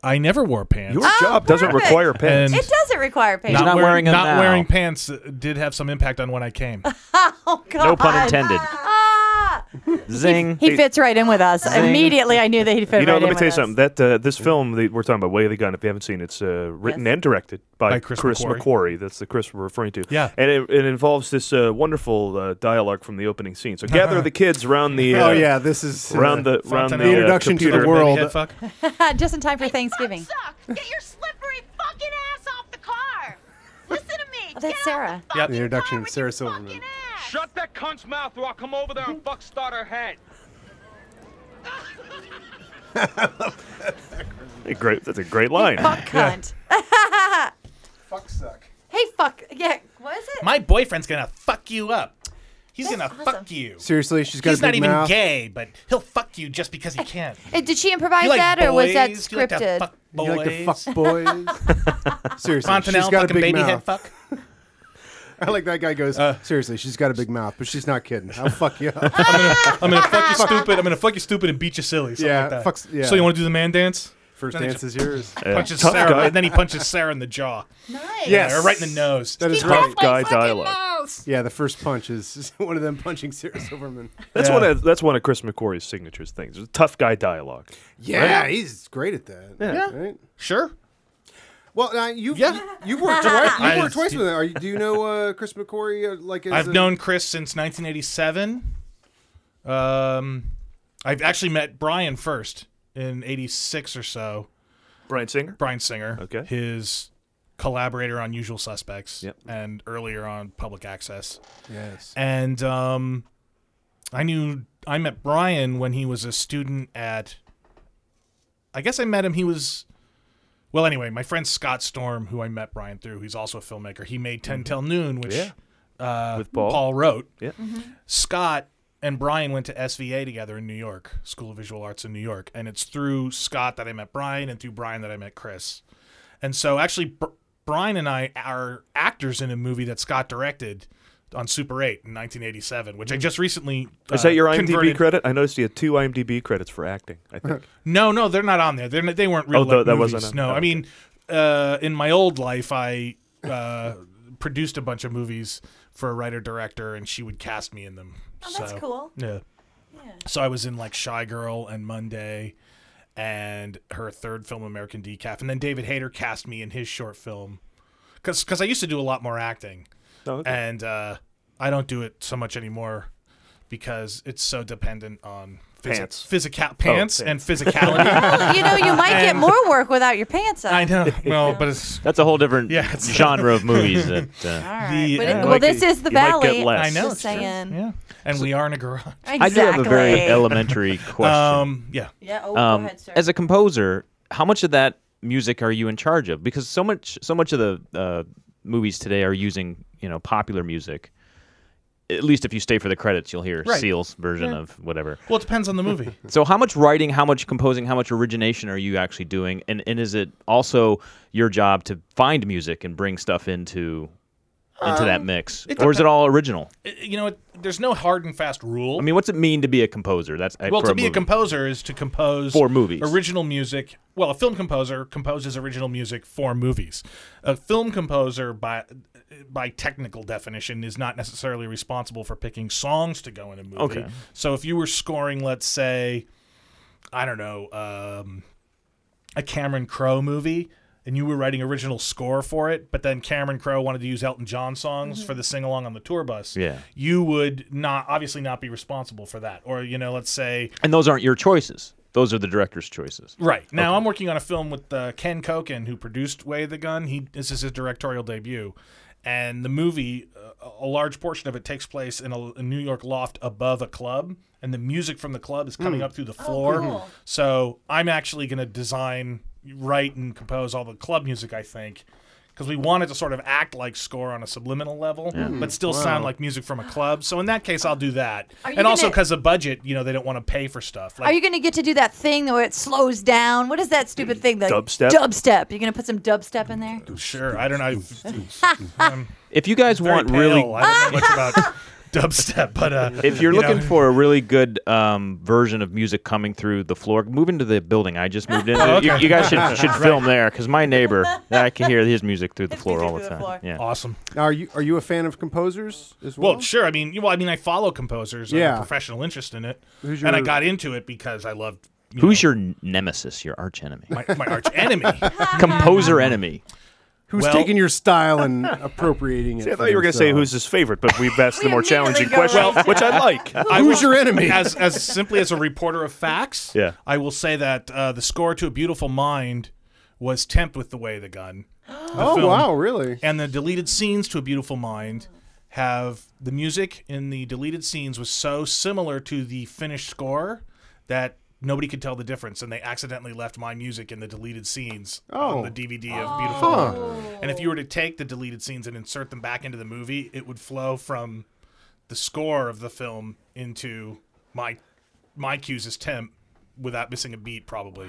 I never wore pants. Your job doesn't Oh, perfect. require pants. It doesn't require pants. He's not wearing them not now. wearing pants uh, did have some impact on when I came. oh God. Ah! Zing. He fits right in with us. Zing. Immediately, I knew that he'd fit You know, right in let me with tell you us. something. That uh, this film that we're talking about, Way of the Gun, if you haven't seen, it, it's uh, written and directed by, By Chris McQuarrie. McQuarrie. That's the Chris we're referring to. Yeah. and it, it involves this uh, wonderful uh, dialogue from the opening scene. So gather the kids around the. Uh, Oh, yeah, this is, uh, round the round the, Fontanella. Introduction uh, to the computer. world. Baby head fuck. Just in time for Thanksgiving. Get your slippery fucking ass off the car. Listen to me. Oh, that's Sarah. Yep. The introduction of Sarah Silverman. Shut that cunt's mouth or I'll come over there and buck start her head. A great, that's a great line. Yeah. Fuck suck. Hey, fuck. Yeah, what is it? My boyfriend's gonna fuck you up. He's gonna fuck you. Seriously, she's got He's a big not even mouth. gay, but he'll fuck you just because he can. Uh, Did she improvise You like that, or was that boys? You like to scripted? fuck You like to boys? fuck boys? Seriously, Fontanelle she's got a fucking big baby mouth. head fuck. Uh. I like that guy goes. Seriously, she's got a big mouth, but she's not kidding. I'll fuck you up. I'm gonna, I'm gonna fuck you stupid. I'm gonna fuck you stupid and beat you silly. Something Yeah, like that. fucks- yeah. So you want to do the man dance? First Then he dance just is yours. Yeah. Punches Tough Sarah, guy. and then he punches Sarah in the jaw. Nice. Yeah, or right in the nose. That is Tough right. guy dialogue. Yeah, the first punch is is one of them punching Sarah Silverman. That's one of that's one of Chris McQuarrie's signatures things. It's tough guy dialogue. Yeah, Right? he's great at that. Yeah. Yeah. Right? Sure. Well, now you've you've worked twice. I You've worked just- twice with him. Are you, do you know uh, Chris McCory? Uh, like as I've a- known Chris since 1987. Um, I've actually met Brian first in '86 or so. Brian Singer. Brian Singer. Okay. His collaborator on Usual Suspects. Yep. And earlier on Public Access. Yes. And um, I knew I met Brian when he was a student at. I guess I met him. He was. Well, anyway, my friend Scott Storm, who I met Brian through, he's also a filmmaker. He made 10 Till Noon, which Mm-hmm. Yeah. uh, With Paul. wrote. Yeah. Mm-hmm. Scott and Brian went to SVA together in New York, School of Visual Arts in New York, and it's through Scott that I met Brian and through Brian that I met Chris. And so actually Br- Brian and I are actors in a movie that Scott directed on Super 8 in 1987, which I just recently Mm. uh, Is that your IMDb converted- credit? I noticed you had two IMDb credits for acting. I think. no, no, they're not on there. They're not, they weren't real. Oh, tho- life that movies. wasn't on- No, oh, I mean, uh, in my old life, I uh, produced a bunch of movies for a writer director, and she would cast me in them. Oh, so, that's cool. Yeah. So I was in like Shy Girl and Monday, and her third film, American Decaf, and then David Hayter cast me in his short film, because I used to do a lot more acting, and uh, I don't do it so much anymore because it's so dependent on. physi- Pants. physical Oh, pants, and pants. physicality. Well, you know, you might get And- more work without your pants on. I know. Well, but it's that's a whole different yeah, it's- genre of movies. That uh, right. But it- well, this is the you might get valley. less. I know. Just it's true. saying. Yeah. And we are in a garage. I do have a very Exactly. elementary question. Um, yeah. Yeah, oh, go ahead, sir. As a composer, how much of that music are you in charge of? Because so much, so much of the uh, movies today are using you know popular music. At least if you stay for the credits, you'll hear Right. Seal's version Yeah. of whatever. Well, it depends on the movie. So, how much writing, how much composing, how much origination are you actually doing? And and is it also your job to find music and bring stuff into into that Um, mix, it or is it all original? I- you know, it, there's no hard and fast rule. I mean, what's it mean to be a composer? That's uh, well, for to a be a movie. composer is to compose For movies. original music. Well, a film composer composes original music for movies. A film composer, by by technical definition, is not necessarily responsible for picking songs to go in a movie. Okay. So if you were scoring, let's say, I don't know, um, a Cameron Crowe movie. And you were writing original score for it, but then Cameron Crowe wanted to use Elton John songs for the sing along on the tour bus. Yeah. you would not obviously not be responsible for that. Or you know, let's say And those aren't your choices. Those are the director's choices. Right. Now I'm working on a film with uh, Ken Koken, who produced Way of the Gun. He this is his directorial debut, and the movie, uh, a large portion of it takes place in a, a New York loft above a club, and the music from the club is coming Hmm. Mm. up through Oh, the floor. cool. So I'm actually going to design, write, and compose all the club music. I think. Because we want it to sort of act like score on a subliminal level, Yeah. Mm, but still sound wow. like music from a club. So in that case, I'll do that. Are you And also gonna- because of budget, you know, they don't want to pay for stuff. Like, Are you going to get to do that thing where it slows down? What is that stupid thing? The Dubstep? Dubstep. You're going to put some dubstep in there? Sure, I don't know. if- If you guys Very want pale. really, I don't know much about dubstep, but uh, if you're you looking know. for a really good um, version of music coming through the floor, move into the building I just moved in. Oh, you, okay. you guys should should Right. film there because my neighbor, I can hear his music through the floor all the time. Yeah. awesome. Now, are you are you a fan of composers as well? Well, sure. I mean, you- well, I mean, I follow composers. I have Yeah. a professional interest in it, Who's and I your- got into it because I loved you Who's your n- nemesis? Your arch enemy? My, my arch enemy. composer enemy. Who's Well- taking your style and appropriating it? See, I for thought you were going to say themselves? who's his favorite, but we've asked the more challenging go right question, to- which I like. I Who's will- your enemy? As as simply as a reporter of facts, Yeah. I will say that uh, the score to A Beautiful Mind was temped with The Way of the Gun. the Oh, wow, really? And the deleted scenes to A Beautiful Mind have the music in the deleted scenes was so similar to the finished score that nobody could tell the difference, and they accidentally left my music in the deleted scenes Oh. on the DVD of Beautiful. Mind. And if you were to take the deleted scenes and insert them back into the movie, it would flow from the score of the film into my my cues as temp without missing a beat, probably.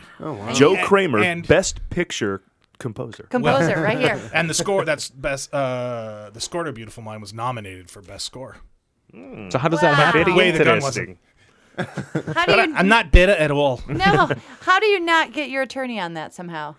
Joe And- Kramer, and Best Picture composer. well, and the score that's best uh the score to Beautiful Mind was nominated for best score. So how does that Wow. happen? The way the gun Interesting. wasn't. How do But I- you- I'm not bitter at all. No. How do you not get your attorney on that somehow?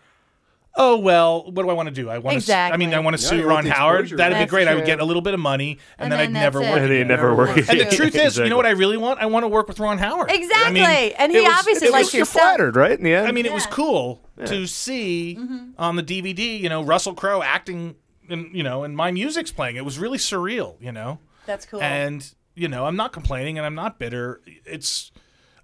Oh well, what do I want to do? I want to. I mean, Exactly. I want to Yeah, sue you want Ron the Howard. exposure. That'd be That's great. I would true. get a little bit of money, And and, then, then I'd never that's work. it. And then again. never work And the again. truth is, you Exactly. know what I really want? I want to work with Ron Howard. I mean, Exactly. And he it was- obviously it was- likes your flattered, right? In the end, I mean, it was cool to see Mm-hmm. on the DVD. You know, Russell Crowe acting, and you know, and my music's playing. It was really surreal. You know. That's cool. And you know, I'm not complaining, and I'm not bitter. It's,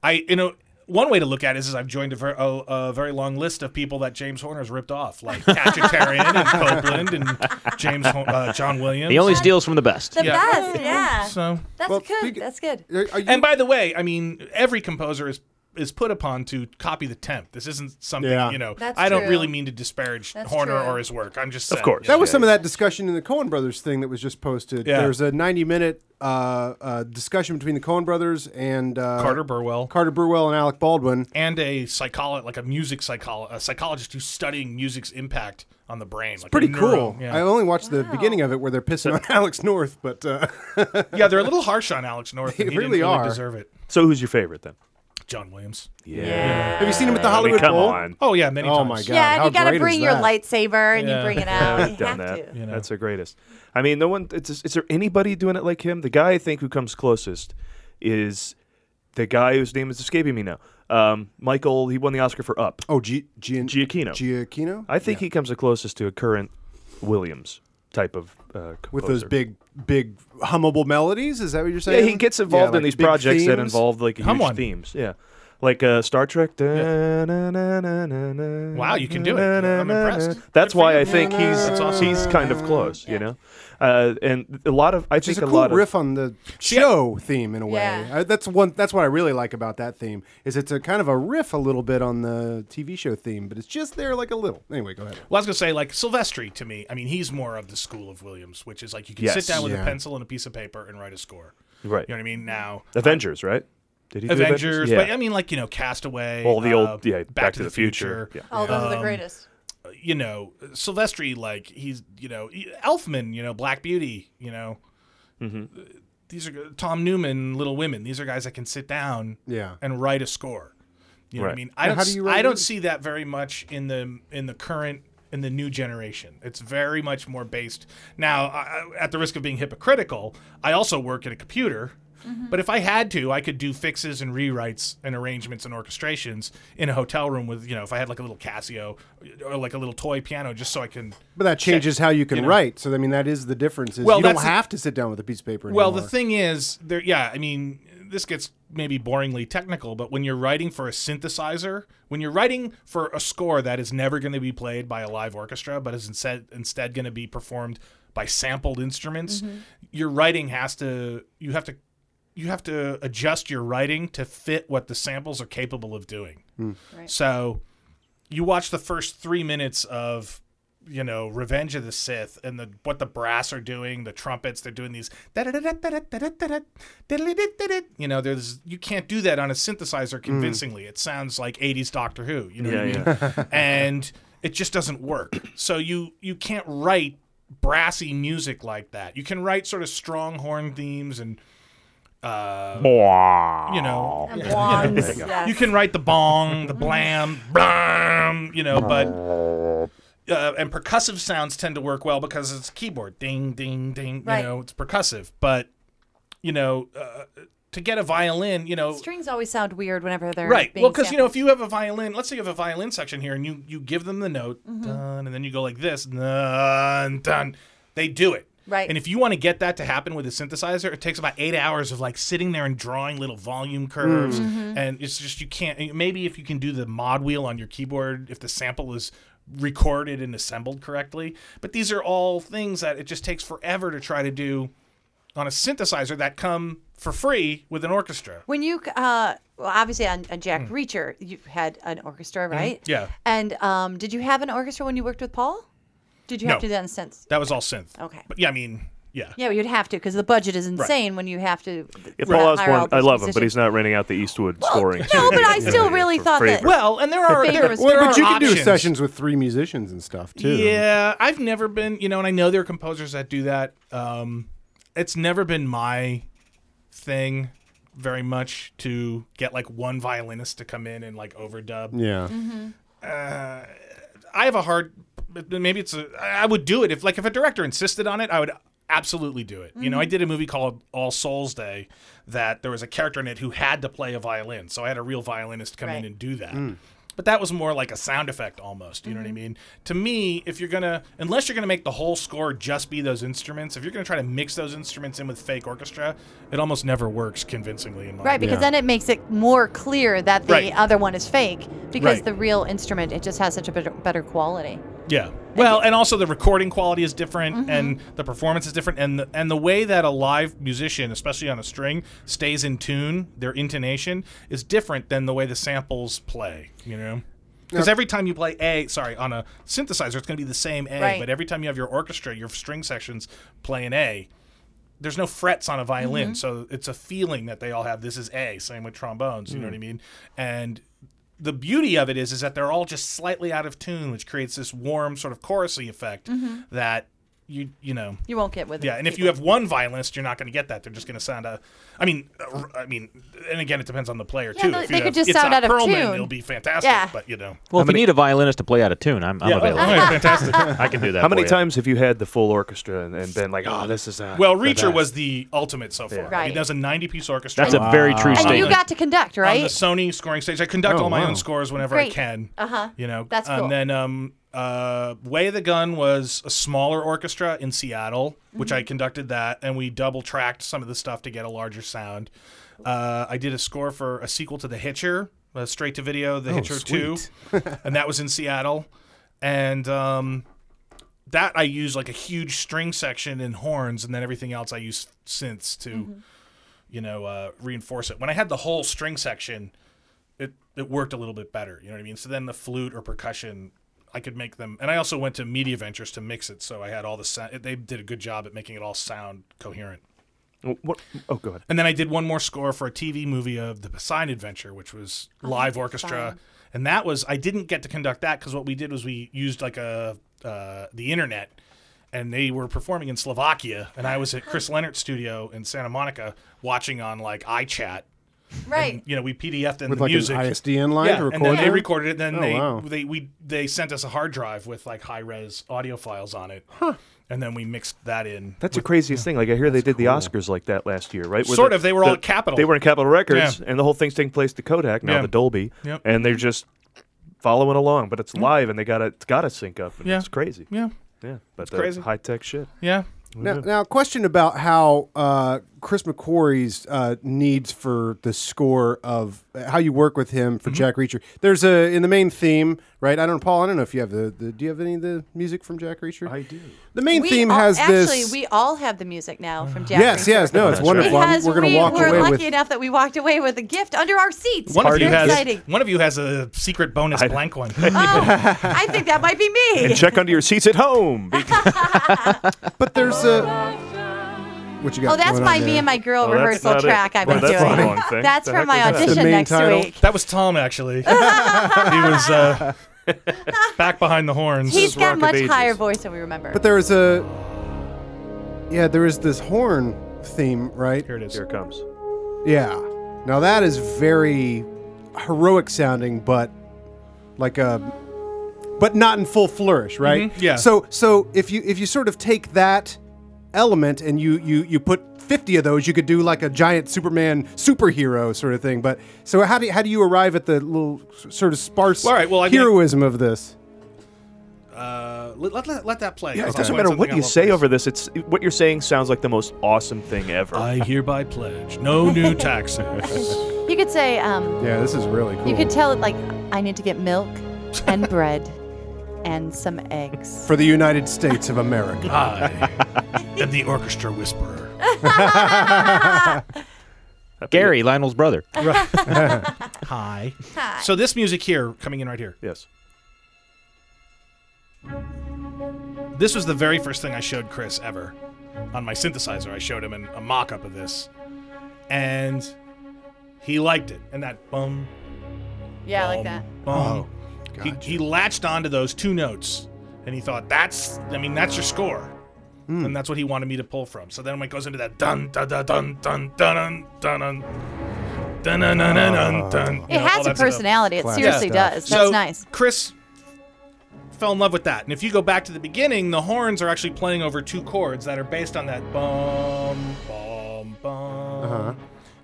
I you know, one way to look at it is, is I've joined a, ver- a, a very long list of people that James Horner's ripped off, like Cachatarian and Copeland and James Hor- uh, John Williams. He only steals from the best. The best, yeah. So- That's good. That's good. and by the way, I mean, every composer is is put upon to copy the temp. This isn't something Yeah. you know. That's I don't true. really mean to disparage That's Horner true. or his work. I'm just saying, you That know. was some of that discussion in the Cohen Brothers thing that was just posted. Yeah. There was a 90 minute uh, uh, discussion between the Cohen Brothers and uh, Carter Burwell. Carter Burwell and Alec Baldwin. and a psychologist, like a music psycholo- a psychologist who's studying music's impact on the brain. like a Pretty neuro- cool. Yeah. I only watched the beginning of it where they're pissing on Alex North, but uh, yeah, they're a little harsh on Alex North. They and he really didn't are. Really deserve it. So who's your favorite then? John Williams. Yeah. Have you seen him at the I mean, Hollywood come Bowl? on. Oh yeah, many Oh, times. my God. yeah, and how you got to great bring is your that? lightsaber and Yeah. you bring it Yeah, out. we've You done have that. to. That's the greatest. I mean, no one. It's, is there anybody doing it like him? The guy I think who comes closest is the guy whose name is escaping me now. Um, Michael. He won the Oscar for Up. Oh, G- Gian- Giacchino. Ah, Giacchino? I think he comes the closest to a current Williams type of uh, composer. with those big, big hummable melodies. Is that what you're Yeah, saying? he gets involved Yeah, in like these big projects that themes. involve like huge themes. Yeah, like uh, Star Trek. Wow, Wow, you can do it. I'm impressed. That's Good for why you. I think he's That's awesome. he's kind of close, you know. Uh, and a lot of I Which think is a, a, cool lot of riff on the show theme in a way. Yeah. I, that's one. That's what I really like about that theme is it's a kind of a riff a little bit on the TV show theme, but it's just there like a little. Anyway, go ahead. Well, I was gonna say like Silvestri to me. I mean, he's more of the school of Williams, which is like you can Yes. sit down with Yeah. a pencil and a piece of paper and write a score. Right. You know what I mean? Now Avengers, right? Did he do Avengers, Yeah. but I mean, like you know, Castaway, All the old- uh, yeah, Back to the Future. Yeah. Oh, those are the greatest. You know, Silvestri, like he's you know e, Elfman, you know Black Beauty, you know. These are good- Tom Newman, Little Women. These are guys that can sit down, Yeah. and write a score. You know what I Right. mean? I Now, don't. how do s- you I write don't it? see that very much in the in the current in the new generation. It's very much more based now. I, I- at the risk of being hypocritical, I also work at a computer. Mm-hmm. But if I had to, I could do fixes and rewrites and arrangements and orchestrations in a hotel room with, you know, if I had like a little Casio or like a little toy piano just so I can. But that changes how you can you know. write. So I mean, that is the difference. Is Well, you don't that's the- have to sit down with a piece of paper. Well, the anymore. thing is, there. Yeah, I mean, this gets maybe boringly technical, but when you're writing for a synthesizer, when you're writing for a score that is never going to be played by a live orchestra, but is instead instead going to be performed by sampled instruments, Mhm. your writing has to. You have to. You have to adjust your writing to fit what the samples are capable of doing. Hmm. Right. So you watch the first three minutes of you know Revenge of the Sith and the what the brass are doing, the trumpets they're doing these. You know, there's you can't do that on a synthesizer convincingly. It sounds like '80s Doctor Who. You know Hmm. Yeah, what I mean? and it just doesn't work. So you you can't write brassy music like that. You can write sort of strong horn themes and uh, you know, And you bongs, know, you, yes. can write the bong, the blam, blam, you know, but uh, and percussive sounds tend to work well because it's keyboard, ding, ding, ding. Right. You know, it's percussive, but you know, uh, to get a violin, you know, Strings always sound weird whenever they're right? Being Well, because you know, if you have a violin, let's say you have a violin section here, and you you give them the note, dun, and then you go like this, dun, dun, they do it. Right. And if you want to get that to happen with a synthesizer, it takes about eight hours of like sitting there and drawing little volume curves, Mhm. and it's just you can't. Maybe if you can do the mod wheel on your keyboard, if the sample is recorded and assembled correctly, but these are all things that it just takes forever to try to do on a synthesizer that come for free with an orchestra. When you, uh, well, obviously on, on Jack Reacher, you had an orchestra, right? Hmm. Mm-hmm. Yeah. And um, did you have an orchestra when you worked with Paul? Did you have No. to do that in sense? That was all synth. Okay. But yeah, I mean, yeah. Yeah, you'd have to because the budget is Right. insane when you have to. If hire Paul all Osborne, these I love him, but musicians. he's not renting out the Eastwood scoring. no, but I still really thought that- Well, and there are- there- Well, there but are you can do options. sessions with three musicians and stuff too. Yeah, I've never been, you know, and I know there are composers that do that. Um, it's never been my thing very much to get like one violinist to come in and like overdub. Yeah. Uh, I have a hard. but Maybe it's a. I would do it if like if a director insisted on it, I would absolutely do it. You know, I Mm-hmm. Mhm. did a movie called All Souls Day that there was a character in it who had to play a violin, so I had a real violinist come in and do that. But that was more like a sound effect almost. You know what Mm-hmm. I mean? To me, if you're gonna, unless you're gonna make the whole score just be those instruments, if you're gonna try to mix those instruments in with fake orchestra, it almost never works convincingly in my Right, because then it makes it more clear that the Right. other one is fake because Right. the real instrument it just has such a better, better quality. Yeah. Well, and also the recording quality is different, and the performance is different, and the, and the way that a live musician, especially on a string, stays in tune, their intonation is different than the way the samples play. You know, because every time you play A, sorry, on a synthesizer, it's going to be the same A, Right. but every time you have your orchestra, your string sections play an A. There's no frets on a violin, Mm-hmm. Mhm. so it's a feeling that they all have. This is A. Same with trombones. You know Mm. what I mean? And the beauty of it is is that they're all just slightly out of tune, which creates this warm sort of chorusy effect Mhm. that you you know You won't get with yeah. And if you have one violinist, you're not going to get that. They're just going to sound a. I mean, uh, I mean, and again, it depends on the player Yeah, too. they- If they you could have just Itzhak sound out of Perlman, tune. It'll be fantastic. Yeah. But you know, Well, if you need a violinist to play out of tune, I'm, I'm Yeah. available. Oh, yeah, fantastic. I can do that. How many for you. times have you had the full orchestra and, and been like, oh, this is a. well, the Reacher best." was the ultimate so far. Yeah. I mean, Right. that was a 90 piece orchestra. That's a Wow. very true And you statement. got to conduct, On the right? Sony scoring stage, I conduct Oh, all my wow. own scores whenever I Great. can. Uh-huh. You know, That's cool. And then um, uh, Way of the Gun was a smaller orchestra in Seattle, which I Mhm. conducted that, and we double tracked some of the stuff to get a larger sound. Uh, I did a score for a sequel to The Hitcher, uh, straight to video, The Oh, Hitcher sweet. Two, and that was in Seattle, and. Um, that I use like a huge string section and horns, and then everything else I use synths to, Mhm. you know, uh, reinforce it. When I had the whole string section, it it worked a little bit better. You know what I mean? So then the flute or percussion, I could make them. And I also went to Media Ventures to mix it, so I had all the sound. They did a good job at making it all sound coherent. Oh, what- oh, go ahead. And then I did one more score for a TV movie of the Poseidon Adventure, which was live orchestra. fun. And that was I didn't get to conduct that because what we did was we used like a uh, the internet, and they were performing in Slovakia, and I was at Chris Leonard's studio in Santa Monica watching on like iChat. Right. You know, we PDF'd in With the like an music. ISDN line to yeah, and then record they it? recorded it. Then Oh, they wow. they we they sent us a hard drive with like high res audio files on it, and then we mixed that in. That's the craziest thing. Like I hear they did the Oscars like that last year, right? Sort the- of. They were all at Capitol. They were in Capitol Records, Yeah. and the whole thing's taking place to Kodak now, Yeah. the Dolby, Yep. and they're just following along. But it's live, and they got to it's got to sync up. And Yeah. it's crazy. Yeah. yeah. But It's that's crazy. high tech shit. Yeah. Now, now, a question about how uh, Chris McQuarrie's uh, needs for the score of how you work with him for Jack Reacher. There's a in the main theme, right? I don't, Paul. I don't know if you have the. the do you have any of the music from Jack Reacher? I do. The main We theme all- has Actually, this. we all have the music now from Jack. Yes, Reacher. yes, no, it's That's wonderful. right. Because We're gonna we walk were away lucky with- enough that we walked away with a gift under our seats. One of you Very has exciting. Oh, one of you has a secret bonus blank one. I think that might be me. And check under your seats at home. but there's a. What you got? Oh, that's going on my there? me and my girl Oh, that's rehearsal not it. track I've Boy, been that's the wrong doing. thing. That's The for heck my was that? That's the audition main next title? week. That was Tom actually. he was uh, back behind the horns. He's got much higher voice than we remember. But there is a. Yeah, there is this horn theme, right? Here it is. Here it comes. Yeah. Now that is very heroic sounding, but like a but not in full flourish, right? Mhm, Mm-hmm. yeah. So so if you if you sort of take that element and you you you put 50 of those, you could do like a giant Superman superhero sort of thing. But so how do you, how do you arrive at the little s- sort of sparse All right, well, I mean- heroism of this? Uh, let, let, let, let that play. Yeah, 'cause it doesn't I'll matter find what something you I'll- say over this. It's what you're saying sounds like the most awesome thing ever. I hereby pledge no new taxes. You could say, um, Yeah, this is really you could tell it like, I need to get milk and bread and some eggs. for the United States of America. I am the orchestra whisperer. Gary, Lionel's brother. Hi. Hi. So this music here, coming in right here. Yes. This was the very first thing I showed Chris ever on my synthesizer. I showed him an, a mock-up of this, and he liked it. And that bum, Yeah, I like that. bum. He, he latched onto those two notes, and he thought, "That's, I mean, that's your score." And that's what he wanted me to pull from. So then when it goes into that dun dun dun dun dun dun dun dun dun dun dun dun dun, you It has a know, all that stuff. personality. It Class seriously stuff. does. That's So nice. Chris fell in love with that. And if you go back to the beginning, the horns are actually playing over two chords that are based on that bum bum bum. Uh-huh.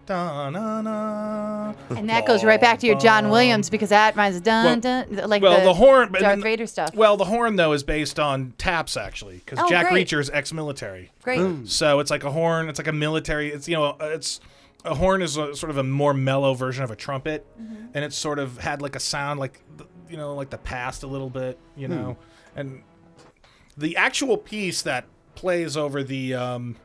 Dun, dun, dun. And that goes right back to your John Williams because that reminds dun dun like well, the, the horn- but Darth then- Vader stuff. Well, the horn though is based on taps actually, because Oh, Jack great. Reacher is ex-military. Great. Mm. So it's like a horn. It's like a military. It's you know, uh, it's a horn is a, sort of a more mellow version of a trumpet, and it's sort of had like a sound like th- you know, like the past a little bit, you Hmm. know, and the actual piece that plays over the um,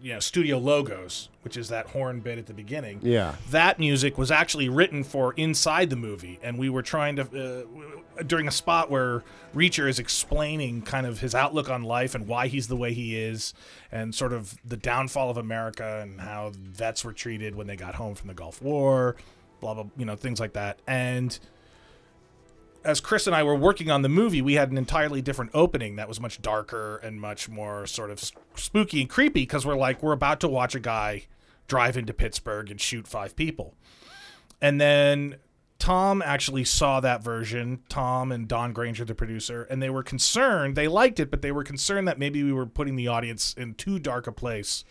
you know studio logos, which is that horn bit at the beginning Yeah. that music was actually written for inside the movie and we were trying to uh, w- during a spot where reacher is explaining kind of his outlook on life and why he's the way he is and sort of the downfall of america and how vets were treated when they got home from the gulf war blah blah you know things like that and as Chris and I were working on the movie, we had an entirely different opening that was much darker and much more sort of s- spooky and creepy because we're like, we're about to watch a guy drive into Pittsburgh and shoot five people. And then Tom actually saw that version, Tom and Don Granger, the producer, and they were concerned. They liked it, but they were concerned that maybe we were putting the audience in too dark a place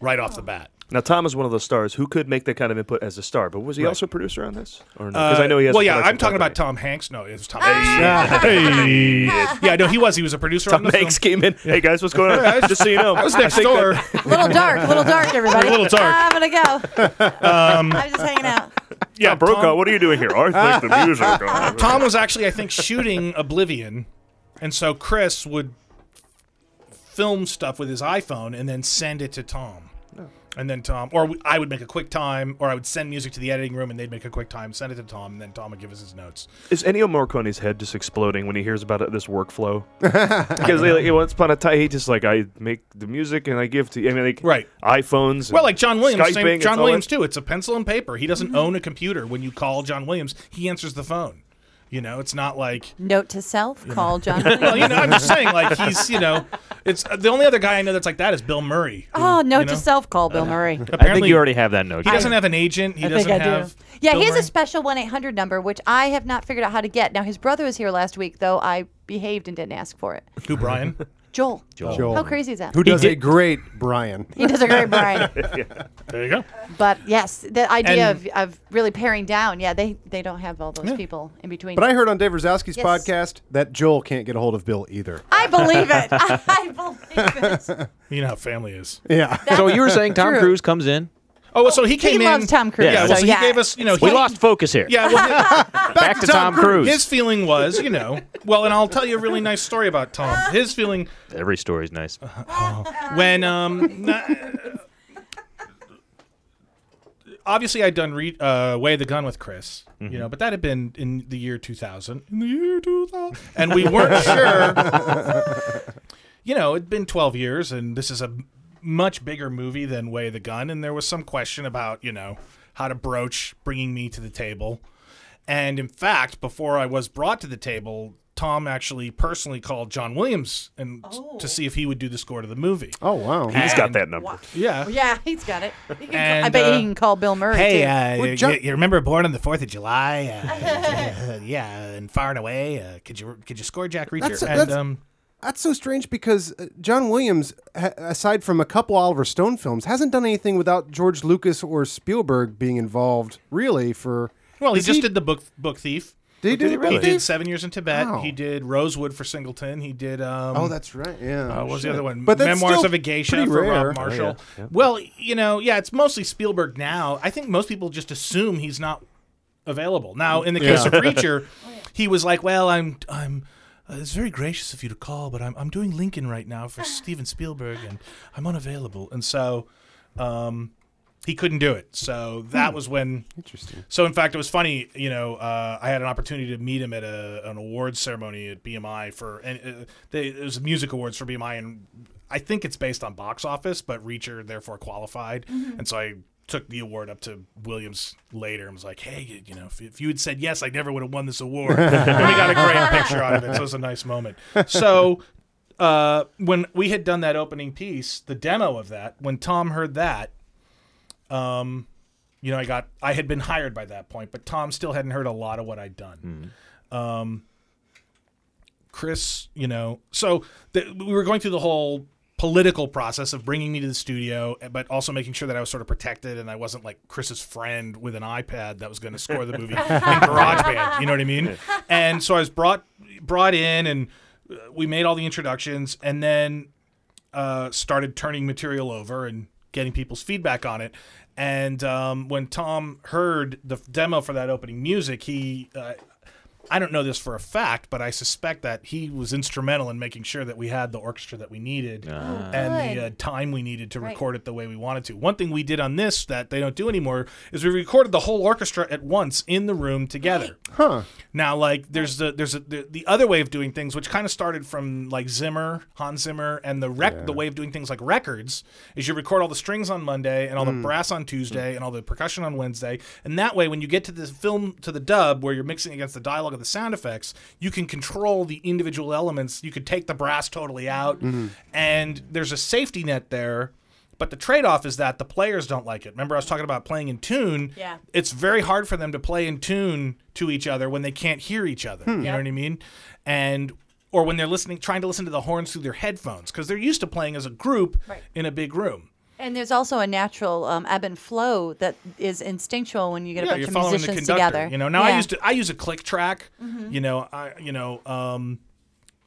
right off the bat. Now, Tom is one of those stars who could make that kind of input as a star, but was he Right. Uh, also a producer on this? Or no? Because I know he has. Well, a yeah, production I'm talking company. about Tom Hanks. No, it was Tom Hey. Hanks. yeah, no, he was. He was a producer. Tom on the Hanks came in. Hey guys, what's going on? Yeah, I was- Just so you know, I was next think door. that- little dark, little dark, everybody. Little dark. I'm gonna go. Um, I'm just hanging out. yeah, Brokaw, what are you doing here? I think the music. uh, Tom was actually, I think, shooting Oblivion, and so Chris would film stuff with his iPhone and then send it to Tom. Oh. And then Tom, or we- I would make a quick time, or I would send music to the editing room, and they'd make a quick time, send it to Tom, and then Tom would give us his notes. Is Ennio Morricone's head just exploding when he hears about it, this workflow? Because like, once upon a time, he just like I make the music and I give to. I mean, like right. iPhones. and Well, like John Williams, Skyping, same, it's John all Williams that- Mm-hmm. too. It's a pencil and paper. He doesn't own a computer. When you call John Williams, he answers the phone. You know, it's not like Note to self: call John. well, you know, I'm just Williams. saying, like he's, you know, it's uh, the only other guy I know that's like that is Bill Murray. who, Oh, note you know, to self: call Bill Murray. I think Apparently- you already have that note. He doesn't have an agent. He I doesn't think I do. have. Yeah, Bill he has a Murray. special 1 800 number, which I have not figured out how to get. Now, his brother was here last week, though I behaved and didn't ask for it. Who Brian? Joel. Joel. How crazy is that? Who He does did- a great Brian. He does a great Brian. There you go. But yes, the idea And- of, of really paring down. Yeah, they, they don't have all those people in between. But I heard on Dave Rosowski's Yes. podcast that Joel can't get a hold of Bill either. I believe it. I believe it. You know how family is. Yeah. So you were saying Tom Cruise comes in? Oh, well, so he came in. loves Tom Cruise, Yeah, well, so so yeah, he gave us, you know, we he- lost focus here. Yeah, well, back, Back to Tom Cruise. His feeling was, you know, well, and I'll tell you a really nice story about Tom. His feeling Every story's nice. when um n- obviously I'd done re- uh, Way of the Gun with Chris, Mhm. you know, but that had been in the year 2000. In the year 2000, and we weren't sure. You know, it'd been 12 years, and this is a m- much bigger movie than Way of the Gun, and there was some question about you know how to broach bringing me to the table. And in fact, before I was brought to the table, Tom actually personally called John Williams and to see if he would do the score to the movie. Oh wow, He's got that number. Yeah. yeah, he's got it. He can, I And, bet uh, he can call Bill Murray. Hey, too. uh, Well, you, John- you- you remember Born on the Fourth of July? Uh, yeah, and Far and Away. Uh, could you could you score Jack Reacher? That's, and that's- um, that's so strange because uh, John Williams, ha- aside from a couple Oliver Stone films, hasn't done anything without George Lucas or Spielberg being involved, really. For well, he Is just did the book Book Thief. Did he do the Book He did Thief? Seven Years in Tibet. Wow. He did Rosewood for Singleton. He did. Um, Oh, that's right. Yeah. uh, what was the Shit. other one? But that's Memoirs still of a Geisha pretty for rare. Rob Marshall. Oh, yeah. Yeah. Well, you know, yeah, it's mostly Spielberg now. I think most people just assume he's not available now. In the case Yeah. of Reacher, he was like, "Well, I'm, I'm." Uh, it's very gracious of you to call, but I'm I'm doing Lincoln right now for Steven Spielberg, and I'm unavailable. And so, um, he couldn't do it. So that was when. Hmm. Interesting. So in fact, it was funny. You know, uh, I had an opportunity to meet him at a, an awards ceremony at BMI for, and uh, they, it was music awards for BMI, and I think it's based on box office, but Reacher therefore qualified, Mhm. and so I took the award up to Williams later and was like, hey, you, you know, if, if you had said yes, I never would have won this award. and we got a great picture out of it, so it was a nice moment. So uh, when we had done that opening piece, the demo of that, when Tom heard that, um, you know, I got I had been hired by that point, but Tom still hadn't heard a lot of what I'd done. Um, Chris, you know, so the, we were going through the whole political process of bringing me to the studio, but also making sure that I was sort of protected and I wasn't like Chris's friend with an iPad that was going to score the movie in GarageBand. You know what I mean? And so I was brought brought in, and uh, we made all the introductions, and then uh, started turning material over and getting people's feedback on it. And um, when Tom heard the f- demo for that opening music, he uh, I don't know this for a fact, but I suspect that he was instrumental in making sure that we had the orchestra that we needed Ah. and good. the uh, time we needed to Right. record it the way we wanted to. One thing we did on this that they don't do anymore is we recorded the whole orchestra at once in the room together. Huh. Now, like, there's the there's a, the, the other way of doing things, which kind of started from like Zimmer, Hans Zimmer, and the rec- the way of doing things like records is you record all the strings on Monday and all the Mm. brass on Tuesday and all the percussion on Wednesday, and that way when you get to the film to the dub where you're mixing against the dialogue and the sound effects, you can control the individual elements. You could take the brass totally out, Mhm. and there's a safety net there. But the trade-off is that the players don't like it. Remember, I was talking about playing in tune Yeah. it's very hard for them to play in tune to each other when they can't hear each other. You know what I mean? And or when they're listening, trying to listen to the horns through their headphones because they're used to playing as a group in a big room. And there's also a natural um, ebb and flow that is instinctual when you get a bunch you're of following the musicians conductor. together. You know, now I Yeah. used to I use a click track. Mhm. You know, I you know, um,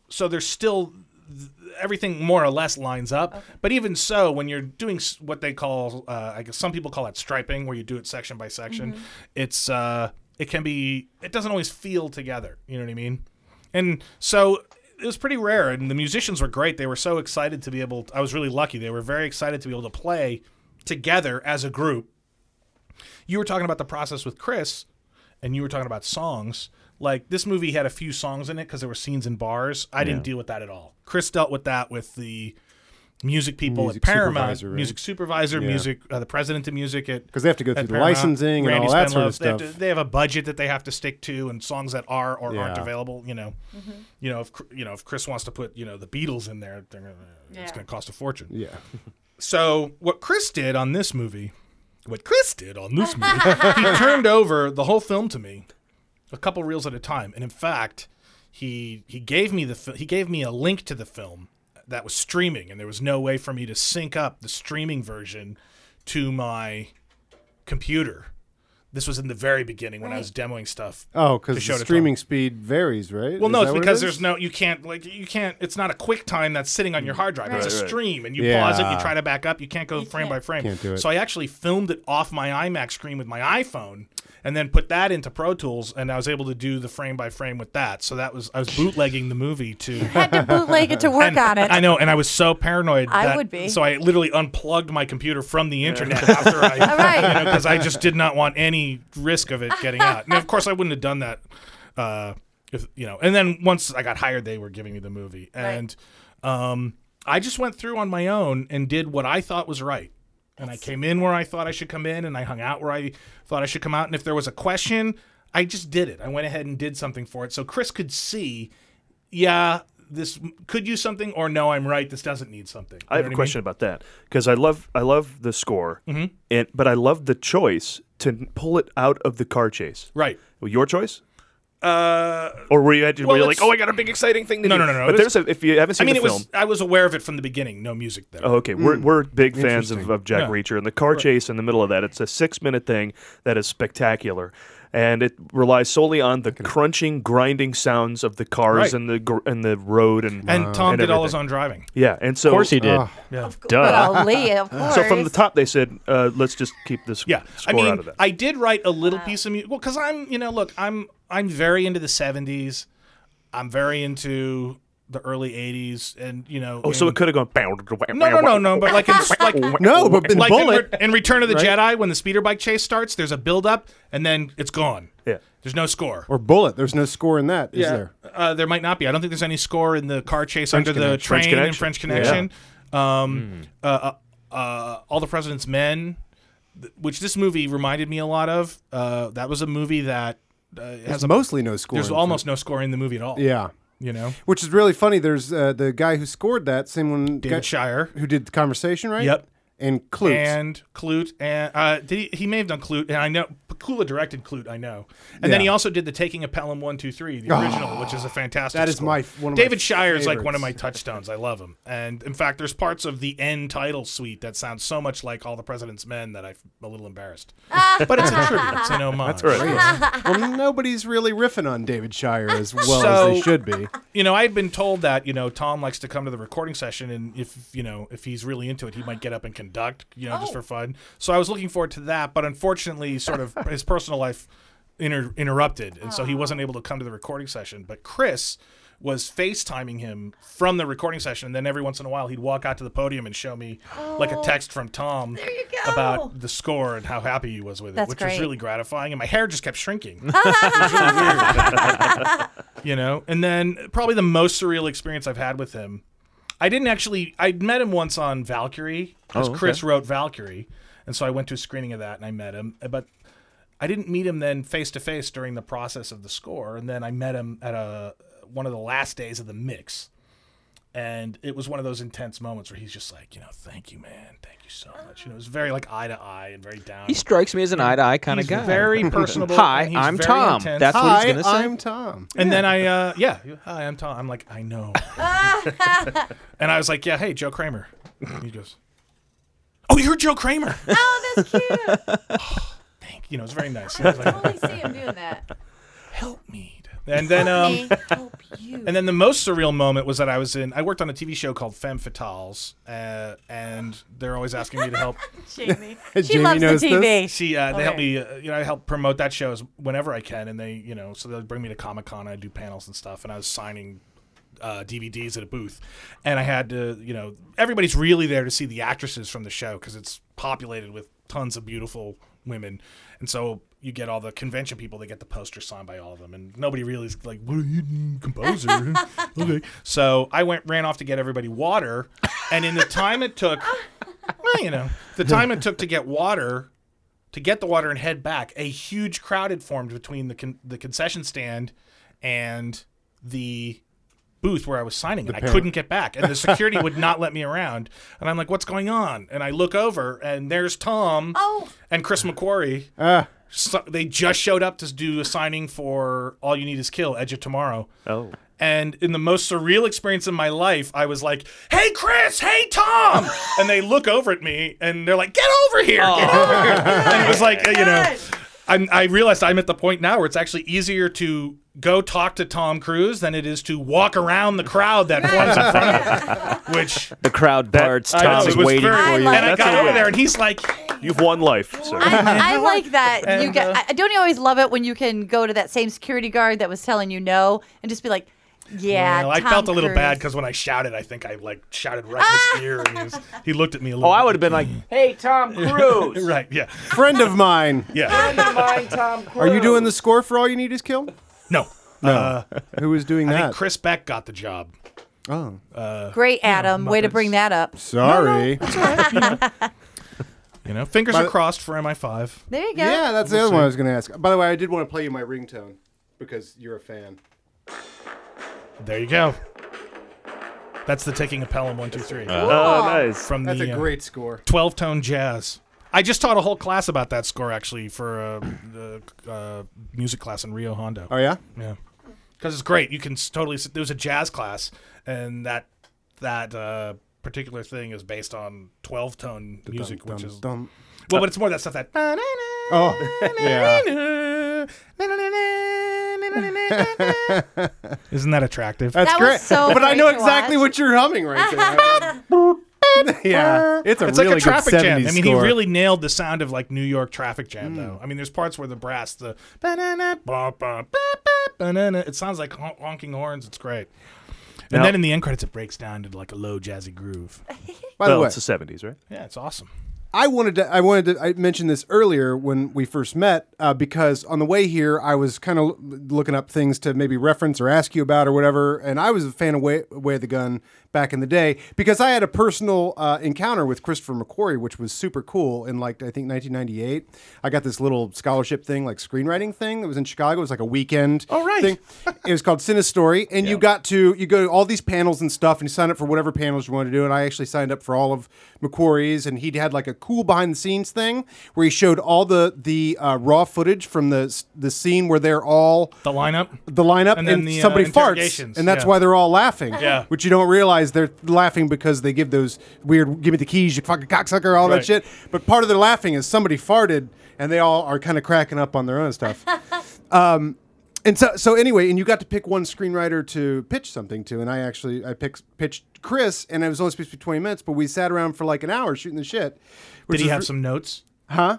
so there's still th- everything more or less lines up. But even so, when you're doing s- what they call, uh, I guess some people call it striping, where you do it section by section, Mm-hmm. Mhm. it's uh, it can be it doesn't always feel together. You know what I mean? And so it was pretty rare, and the musicians were great. They were so excited to be able. I was really lucky. They were very excited to be able to play together as a group you were talking about the process with Chris, and you were talking about songs. Like this movie had a few songs in it because there were scenes in bars. I Yeah. didn't deal with that at all. Chris dealt with that with the music people Music at Paramount, supervisor, right? music supervisor, Yeah. music uh, the president of music at 'Cause they have to go at through the Paramount, licensing and Randy all that sort of Spinlove. They have, stuff. to- they have a budget that they have to stick to, and songs that are or aren't Yeah. available. You know, you know if Cr- you know if Chris wants to put you know the Beatles in there, they're gonna, Yeah. it's going to cost a fortune. Yeah. So what Chris did on this movie, what Chris did on this movie, he turned over the whole film to me, a couple reels at a time, and in fact, he he gave me the fi- he gave me a link to the film that was streaming, and there was no way for me to sync up the streaming version to my computer. This was in the very beginning when I was demoing stuff. Oh, to because show the to Tom. streaming speed varies, right? Well, Is no, that it's what it because is? there's no you can't like you can't. It's not a quick time that's sitting on your hard drive. It's Mm. Right, a right. stream, and you pause it, you Yeah. try to back up, you can't go frame by frame. Can't do it. So I actually filmed it off my iMac screen with my iPhone, and then put that into Pro Tools, and I was able to do the frame by frame with that. So that was I was bootlegging the movie to had to bootleg it to work on it. I know, and I was so paranoid. I that- would be. So I literally unplugged my computer from the internet after I, because I just did not want any risk of it getting out. And of course, I wouldn't have done that uh, if you know. And then once I got hired, they were giving me the movie, and um, I just went through on my own and did what I thought was right. And I came in where I thought I should come in, and I hung out where I thought I should come out. And if there was a question, I just did it. I went ahead and did something for it, so Chris could see, yeah, this could use something, or no, I'm right. This doesn't need something. You I have a know what mean? question about that because I love I love the score, Mhm. and but I love the choice to n- pull it out of the car chase. Right, your choice, Uh, or were you, at, were well, you like, it's- oh, I got a big exciting thing to no, do? No, no, no. But It was- there's a, if you haven't seen I mean, the it film, was. I was aware of it from the beginning. No music though. Oh, okay. We're, we're big fans of, Interesting. of Jack Yeah. Reacher, and the car Right. chase in the middle of that. It's a six minute thing that is spectacular, and it relies solely on the crunching, grinding sounds of the cars Right. and the gr- and the road and And Tom did all his everything. own driving. Yeah, and so Of course he did. Ah. Yeah. Of Duh. course. Well, Lee, of So from the course. top, they said, uh, "Let's just keep this yeah. I score mean, out of that." I did write a little piece of music. Well, because I'm, you know, look, I'm I'm very into the '70s. I'm very into the early '80s, and you know. Oh, so in- it could have gone. No, no, no, no. But like, in, like No, but in like Re- Bullet- in Return of the Right. Jedi, when the speeder bike chase starts, there's a build up, and then it's gone. Yeah. There's no score. Or Bullet. There's no score in that, is there? Uh, there might not be. I don't think there's any score in the car chase French under the Connection. train French in Connection. French Yeah. Connection. Um, Hmm. uh, uh, uh, All the President's Men, th- which this movie reminded me a lot of. Uh, that was a movie that uh, has There's a, mostly no score There's in almost no score in the movie at all. Yeah. You know? Which is really funny. There's uh, the guy who scored that, same one, David Shire, who did the conversation, right? Yep. And Clute. And Clute, and uh, did he, he may have done Clute, and I know Pakula directed Clute, I know, and then Yeah. he also did the Taking of Pelham One Two Three, the Oh, original, which is a fantastic. that is score. my- one of my David Shire is like one of my favorites. touchstones. I love him, and in fact, there's parts of the end title suite that sound so much like All the President's Men that I'm a little embarrassed. but it's a tribute, it's an homage. That's right. well, nobody's really riffing on David Shire as well as they So- should be. You know, I had been told that you know Tom likes to come to the recording session, and if you know if he's really into it, he might get up and conduct, you know, just Oh. for fun. So I was looking forward to that, but unfortunately, sort of his personal life inter- interrupted, and Ah. so he wasn't able to come to the recording session. But Chris was FaceTiming him from the recording session, and then every once in a while he'd walk out to the podium and show me like a text from Tom about the score and how happy he was with it, That's which was great. really gratifying. And my hair just kept shrinking. It was really weird you know and then probably the most surreal experience i've had with him i didn't actually i met him once on valkyrie because Oh, okay. chris wrote valkyrie and so i went to a screening of that and i met him uh, but i didn't meet him then face to face during the process of the score and then i met him at a one of the last days of the mix and it was one of those intense moments where he's just like you know thank you man thank you so much you know it was very like eye to eye and very down He strikes me as an eye to eye kind He's of guy. Very personable. Hi, and he's I'm very Tom. intense. That's what he's gonna say. Tom. And Yeah. then I, uh, yeah, hi, I'm Tom. I'm like, I know. and I was like, yeah, hey, Joe Kramer. He goes, oh, you're Joe Kramer. Oh, that's cute. Thank you. know, it's very nice. He was like- see him doing that. Help me. and then, um, and then the most surreal moment was that I was in. I worked on a TV show called Femme Fatales, uh, and they're always asking me to help. Jamie. She Jamie loves the knows TV. this? She, uh, they help Okay. me. Uh, you know, I help promote that show as whenever I can, and they, you know, so they'll bring me to Comic Con. I do panels and stuff, and I was signing. Uh, DVDs at a booth, and I had to, you know, everybody's really there to see the actresses from the show because it's populated with tons of beautiful women, and so you get all the convention people. They get the poster signed by all of them, and nobody really is like, "What are you mm, composer?" okay, so I went ran off to get everybody water, and in the time it took, well, you know, the time it took to get water, to get the water and head back, a huge crowd had formed between the con- the concession stand and the booth where I was signing, and I parent. couldn't get back, and the security would not let me around, and I'm like, "What's going on?" And I look over, and there's Tom and Chris McQuarrie. So- they just showed up to do a signing for All You Need Is Kill, Edge of Tomorrow. Oh. And in the most surreal experience of my life, I was like, "Hey, Chris! Hey, Tom!" and they look over at me and they're like, "Get over here! Get over here!" and it was like, uh, you know, I'm, I realized I'm at the point now where it's actually easier to go talk to Tom Cruise than it is to walk around the crowd that forms in front of him, which The crowd parts. I know, Tom's it was waiting very- for And you. I That's got a over win. there, and he's like, "You've won life." So. I like that. You uh, get. I- don't you always love it when you can go to that same security guard that was telling you no and just be like, "Yeah." Well, I Tom felt a little Cruise. bad because when I shouted, I think I like shouted right in his ear, and he, was, he looked at me a little. Oh, I would have been like, "Hey, Tom Cruise." right? Yeah. Friend of mine. Yeah. Are you doing the score for All You Need Is Kill? No. No. Uh, Who was doing I that? think Chris Beck got the job. Oh. Uh, Great, Adam. Way to Muppets. bring that up. Sorry. you know, fingers By are the- crossed for MI5. There you Yeah, that's the other one I was going to ask. By the way, I did want to play you my ringtone because you're a fan. There you go. That's the taking of Pelham one two three. Uh, Oh, Cool. nice. From That's the, a uh, great score. Twelve tone jazz. I just taught a whole class about that score actually for uh, the uh, music class in Rio Hondo. Oh, yeah? Yeah, because it's great. You can s- totally. s- There was a jazz class, and that that uh, particular thing is based on twelve tone music, which is dum. well, but it's more that stuff that. Oh, yeah. Isn't that attractive? That's great. but I know exactly what you're humming right there. yeah. It's a really like a traffic good 70s jam. I mean, score. he really nailed the sound Hmm. of like New York traffic jam, though. I mean, there's parts where the brass, the ba-na-na, ba-ba, ba-ba, banana. It sounds like hon- honking horns. It's great. And Now- then in the end credits, it breaks down to like a low jazzy groove. By the way, it's the 70s, right? Yeah, it's awesome. I wanted to I wanted to I mentioned this earlier when we first met uh, because on the way here I was kind of looking up things to maybe reference or ask you about or whatever, and I was a fan of Way, Way of the Gun back in the day because I had a personal uh, encounter with Christopher McQuarrie, which was super cool in like I think 1998. I got this little scholarship thing, like screenwriting thing that was in Chicago. It was like a weekend. Oh right. Thing. it was called Cinestory, and you got to you go to all these panels and stuff, and you sign up for whatever panels you wanted to do. And I actually signed up for all of McQuarrie's, and he'd had like a cool behind the scenes thing where he showed all the the uh, raw footage from the s- the scene where they're all the lineup, the lineup, and, And then the, uh, somebody farts, interrogations, and that's yeah. why they're all laughing. Yeah. which you don't realize they're laughing because they give those weird "give me the keys, you fucking cocksucker" all Right. that shit. But part of their laughing is somebody farted, and they all are kind of cracking up on their own stuff. um, and so, so anyway, and you got to pick one screenwriter to pitch something to, and I actually I picked pitched Chris, and I was only supposed to be twenty minutes, but we sat around for like an hour shooting the shit. Did which he was have re- some notes? Huh?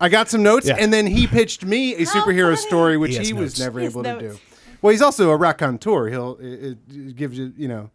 I got some notes, Yeah. and then he pitched me a superhero story, which He has he, was notes. never He has able to notes. do. Well, he's also a raconteur. He'll it, it, it gives you, you know,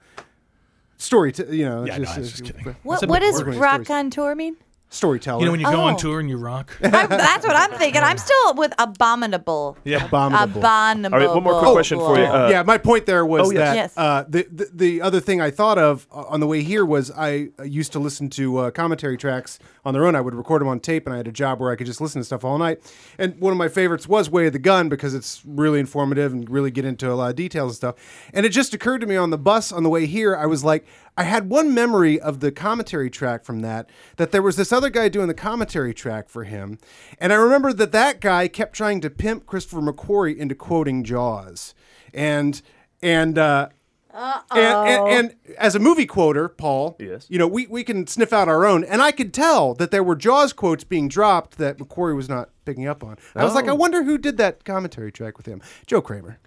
story. To, you know, Yeah, no, I was just kidding. What, what does rock on contour mean? storyteller? You know, when you go on Oh. tour and you rock. I'm, that's what I'm thinking. I'm still with abominable. Yeah. Abominable. Abominable. All right, one more quick question for you. Uh, yeah, my point there was Oh, yes. that Yes. uh, the, the the other thing I thought of uh, on the way here was I uh, used to listen to uh, commentary tracks on their own. I would record them on tape, and I had a job where I could just listen to stuff all night. And one of my favorites was Way of the Gun because it's really informative and really get into a lot of details and stuff. And it just occurred to me on the bus on the way here, I was like, I had one memory of the commentary track from that that there was this other guy doing the commentary track for him, and I remember that that guy kept trying to pimp Christopher McQuarrie into quoting Jaws, and and uh, and, and, and as a movie quoter, Paul, yes. you know, we, we can sniff out our own. And I could tell that there were Jaws quotes being dropped that McQuarrie was not picking up on. I was like, Oh. I wonder who did that commentary track with him. Joe Kramer.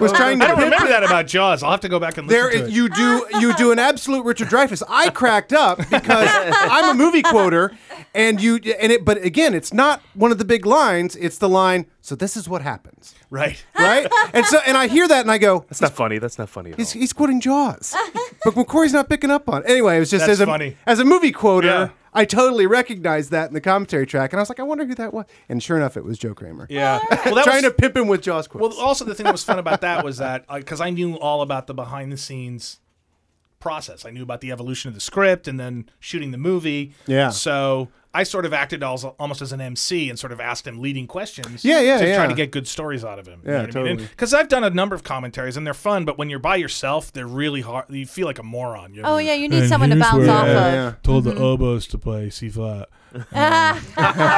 was trying to I don't pimp remember it. that about Jaws. I'll have to go back and listen There to is- it. you do you do an absolute Richard Dreyfuss. I cracked up because I'm a movie quoter, and you and it. But again, it's not one of the big lines. It's the line. So this is what happens, right? Right? And so and I hear that and I go, That's not funny. That's not funny. At all. He's, he's quoting Jaws, but McCory's not picking up on. It. Anyway, it was just That's as a funny. as a movie quoter, I totally recognized that in the commentary track, and I was like, I wonder who that was. And sure enough, it was Joe Kramer. Yeah. Well, that trying to was- pimp him with Jaws quotes. Well, also the thing that was fun about that was that because I knew all about the behind the scenes process. I knew about the evolution of the script and then shooting the movie. Yeah. So I sort of acted als- almost as an MC and sort of asked him leading questions. Yeah, yeah, to yeah. Try to get good stories out of him. Yeah, totally. Because I've done a number of commentaries and they're fun, but when you're by yourself, they're really hard. You feel like a moron. Oh, yeah, you need someone to bounce off of. Mm-hmm. Told the oboes to play C flat.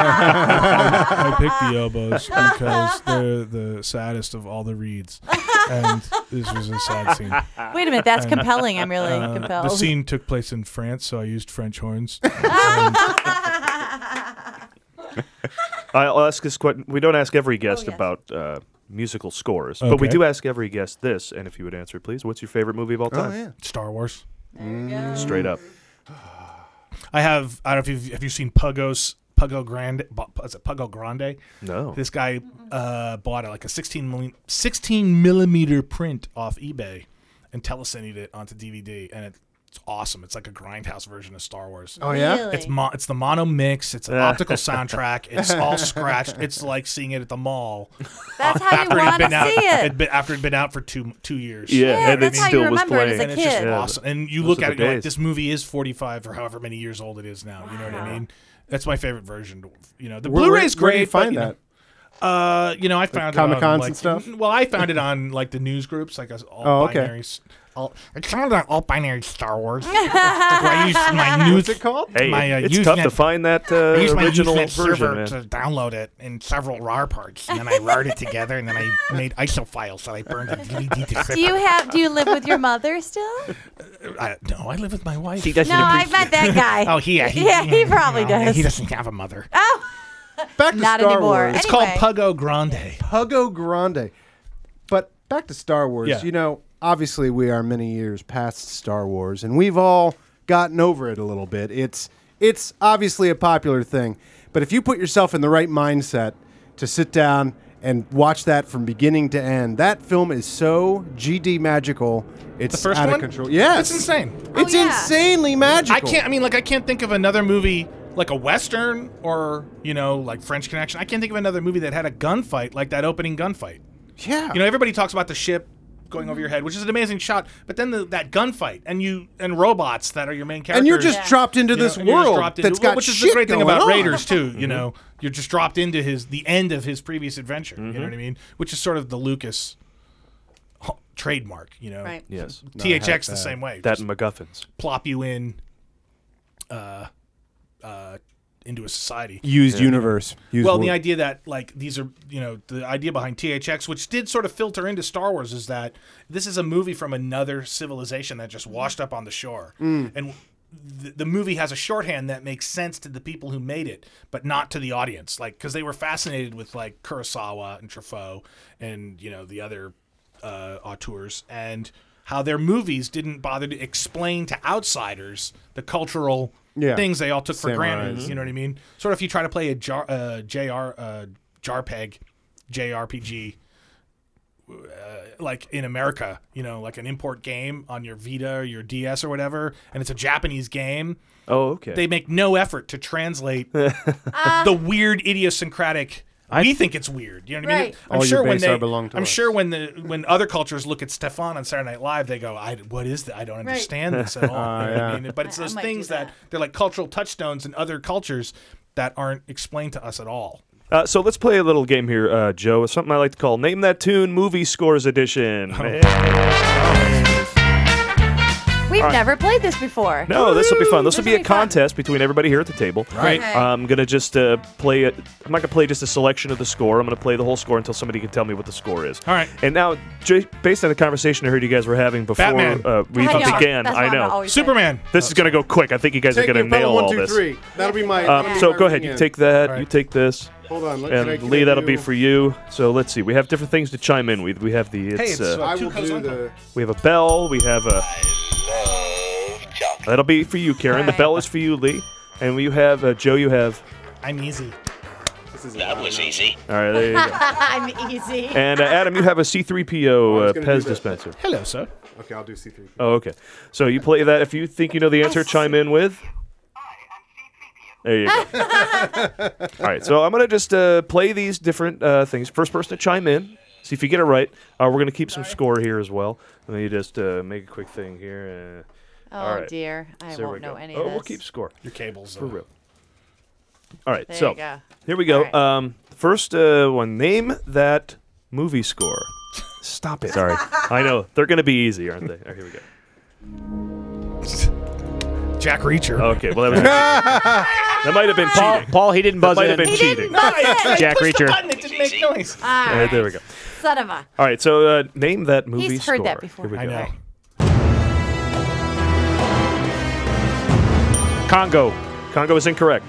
I picked the oboes because they're the saddest of all the reeds, and this was a sad scene. Ah, Wait a minute, that's And, compelling. I'm really uh, compelled. The scene took place in France, so I used French horns. I'll ask this question. We don't ask every guest about uh, musical scores, but we Okay. do ask every guest this. And if you would answer, please, what's your favorite movie of all Oh, time? yeah. Star Wars. Straight up. Mm. I have. I don't know if you've have you seen Pugos Pugo Grande. Bu- Is it Pugo Grande? No. This guy uh, bought a, like a 16 milli- 16 millimeter print off eBay, and telecented it onto DVD, and it, it's awesome. It's like a grindhouse version of Star Wars. Oh, yeah? Really? It's mo- it's the mono mix. It's an optical soundtrack. It's all scratched. It's like seeing it at the mall. Uh, That's how you after had wanna been out, see it. had been- after it'd been out for two two years. Yeah, Yeah, and it that's how you still was remember it as a And it's just kid. Yeah, awesome. And you those look are at the it, you're like, days. this movie is 45 or however many years old it is now. You know what I mean? That's my favorite version. You know, the Where- Blu-ray's where- where great. do you but, find you know, that? uh, you know, I Like found it on, Comic-Cons like, and stuff? Well, I found it on like the news groups, like us all Oh, okay. binary. s- All, it's kind of like all binary Star Wars. I use my news. What's it called? Hey, my, uh, it's tough to Usenet- find that uh, I used my original Usenet server version. Man. to download it in several RAR parts, and then I rared it together, and then I made ISO files that I burned in DVD to do you have? Do you live with your mother still? I, no, I live with my wife. doesn't No, I appreciate- met that guy. oh, he, yeah, he, Yeah, he probably you know, does. He doesn't have a mother. Back to Not Star anymore. Wars. It's Anyway. called Pugo Grande. Pugo Grande. But back to Star Wars. Yeah. You know, obviously we are many years past Star Wars, and we've all gotten over it a little bit. It's it's obviously a popular thing, but if you put yourself in the right mindset to sit down and watch that from beginning to end. That film is so GD magical. It's first out one? of control. Yes. It's insane. It's insanely magical. I can't. I mean, like, I can't think of another movie like a western or you know, like French Connection. I can't think of another movie that had a gunfight like that opening gunfight. Yeah. You know, everybody talks about the ship going over your head, which is an amazing shot, but then the, that gunfight and you and robots that are your main characters. And you're just dropped into this and you're just world dropped that's got which is the shit great thing going about on. Raiders too. You Mhm. know, you're just dropped into his the end of his previous adventure. You Mm-hmm. know what I mean? Which is sort of the Lucas h- trademark. You know, Right. Yes. THX the same way. That Just and MacGuffins. plop you in, uh, uh, into a society. Used universe. Used well, wor- the idea that like these are you know the idea behind THX, which did sort of filter into Star Wars, is that this is a movie from another civilization that just washed up on the shore, Mm. and th- the movie has a shorthand that makes sense to the people who made it, but not to the audience, like because they were fascinated with like Kurosawa and Truffaut and you know the other uh, auteurs and how their movies didn't bother to explain to outsiders the cultural Yeah. things they all took for Samurai. granted. You know what I mean? Sort of if you try to play a jar, uh, JR, uh, JarPeg, JRPG, uh, like in America, you know, like an import game on your Vita or your DS or whatever, and it's a Japanese game. Oh, okay. They make no effort to translate the weird idiosyncratic. we think it's weird. You know what I mean? Right. I'm All your sure when base they, are belong to I'm us. sure when the when other cultures look at Stefan on Saturday Night Live, they go, "I what is that? I don't Right. understand this at all." Ah, You know what I yeah. mean? But it's I- I those might things that. they're like cultural touchstones in other cultures that aren't explained to us at all. Uh, so let's play a little game here, uh, Joe. It's something I like to call Name That Tune Movie Scores Edition. We've All right. never played this before. No, this will be fun. This will be a contest between everybody here at the table. Right. Okay. I'm gonna just uh, play. it. I'm not gonna play just a selection of the score. I'm gonna play the whole score until somebody can tell me what the score is. All right. And now, J- based on the conversation I heard you guys were having before Batman. uh, we I know. began, That's I what I'm know. always saying. Superman. This is gonna go quick. I think you guys Take are gonna your fellow nail one, all two, this. three. That'll be my. that'll Um, be so my go ahead. ring You in. take that. You take this. Hold on, let- and can I- can Lee, I that'll do- be for you. So let's see. We have different things to chime in with. We have the. It's, uh, I will do the. we have a bell. We have a. That'll be for you, Karen. The bell is for you, Lee. And you have uh, Joe. You have. I'm easy. That was easy. All right, there you go. I'm easy. And uh, Adam, you have a C3PO uh, gonna do Pez that. dispenser. Hello, sir. Okay, I'll do C3. Oh, okay. So you play that. If you think you know the answer, chime in with. There you go. All right, so I'm gonna just uh, play these different uh, things. First person to chime in, see if you get it right. Uh, we're gonna keep some score here as well. Let me just uh, make a quick thing here. Uh, Oh, all right. dear. I So there won't we go. know any Oh, of we'll this. keep score. Your cables uh, for are- real. All right, There so you go. here we go. Um, first uh, one, name that movie score. Stop it. Sorry, I know they're gonna be easy, aren't they? All right, here we go. Jack Reacher. Okay, well that, was, that might have been Paul- cheating. Paul, he didn't buzz that might have in. been He cheating. didn't buzz in. Jack I pushed the Reacher. button, it didn't make noise. All All right, there we go. Son of a. All right, so uh, name that movie He's score. heard that before. Here we I go. know. Congo. Congo is incorrect.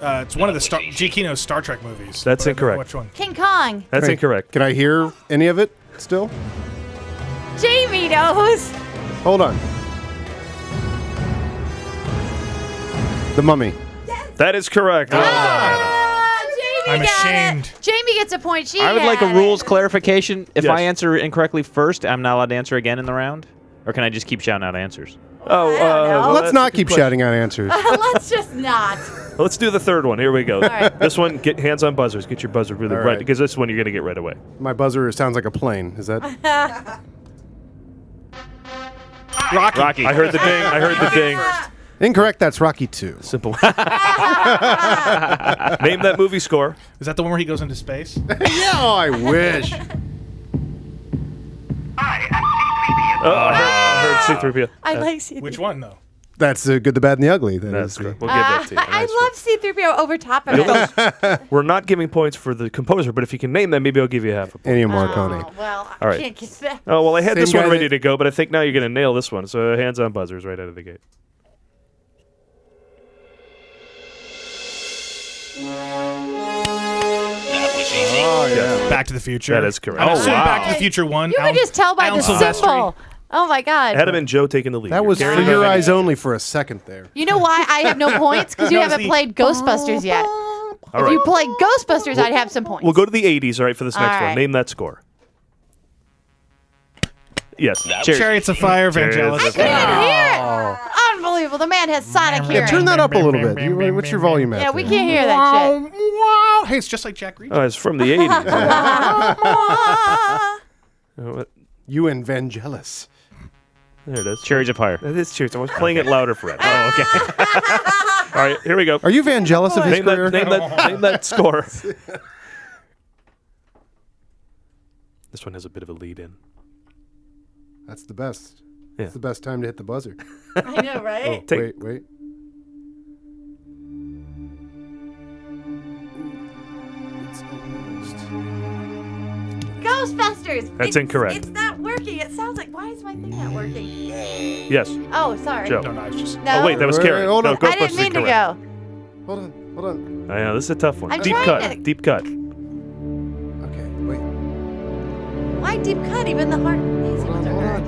Uh, it's one of the Star- G. Kino's Star Trek That's movies. but I don't know incorrect. Which one? King Kong. That's incorrect. Can I hear any of it still? Jamie knows. Hold on. The Mummy. That is correct. Ah! Ah, Jamie got it. Jamie gets a point. She I would like got a rules clarification. If Yes. I answer incorrectly first, I'm not allowed to answer again in the round, or can I just keep shouting out answers? Oh, uh, well, Let's that's not a good keep question. shouting out answers. it. Let's just not. Let's do the third one. Here we go. All right. This one, get hands on buzzers. Get your buzzer really All right right. because this one you're gonna get right away. My buzzer sounds like a plane. Is that? Rocky. I heard the ding. I heard the ding. Incorrect. That's Rocky Two. Simple. Name that movie score. Is that the one where he goes into space? yeah, oh, I wish. Oh, I heard, I heard C-3PO. I Uh, like C3PO. Which one, though? That's the good, the bad, and the ugly. That That's is the- correct. We'll give that to you. Ah, I love C3PO over top of it. You'll- We're not giving points for the composer, but if you can name them, maybe I'll give you half a point. Ennio Morricone. Oh, Well, All right. I can't get that. Oh well, I had Same this one guy ready that- to go, but I think now you're gonna nail this one. So hands on buzzers right out of the gate. Oh, yeah. Back to the Future. That is correct. I'm Oh, assuming wow. Back to the Future 1. You Alan- can just tell by Alan the Silvestri. symbol. Oh my god. Adam and Joe taking the lead. That was for your eyes only for a second there. You know why I have no Oh, points? Because you No, it's haven't the- played Ghostbusters yet. All if right. you play Ghostbusters, I'd have some points. We'll go to the 80s, all right, for this All next one. right. Name that score. Yes. was- Chariots of Fire, Vangelis. I couldn't even Here! Unbelievable. The Oh. man has sonic hearing. Yeah, turn that up a little bit. You- what's your volume at? Yeah, we there? can't hear that shit. Wow. Hey, it's just like Jack Reed. Oh, it's from the 80s. you and Vangelis. There it is. Chariots of Fire. That is Chariots. I was playing it louder for it. Oh, okay. all right, here we go. Are you Vangelis of his name career? That, name, that, name that score. This one has a bit of a lead in. That's the best. Yeah. It's the best time to hit the buzzer. I know, right? Oh, Take- wait, wait. Ghostbusters. Oh. It's- That's incorrect. It's not working. It sounds like why is my thing not working? Yes. Oh, sorry. Joe. No, no, I was just- Oh, wait, that was Wait, wait, Carrie. hold No, on. Ghostbusters I didn't mean to incorrect. go. Hold on, hold on. I know this is a tough one. I'm deep trying cut. to- Deep cut. Why deep cut? Even the hard easy ones are hard.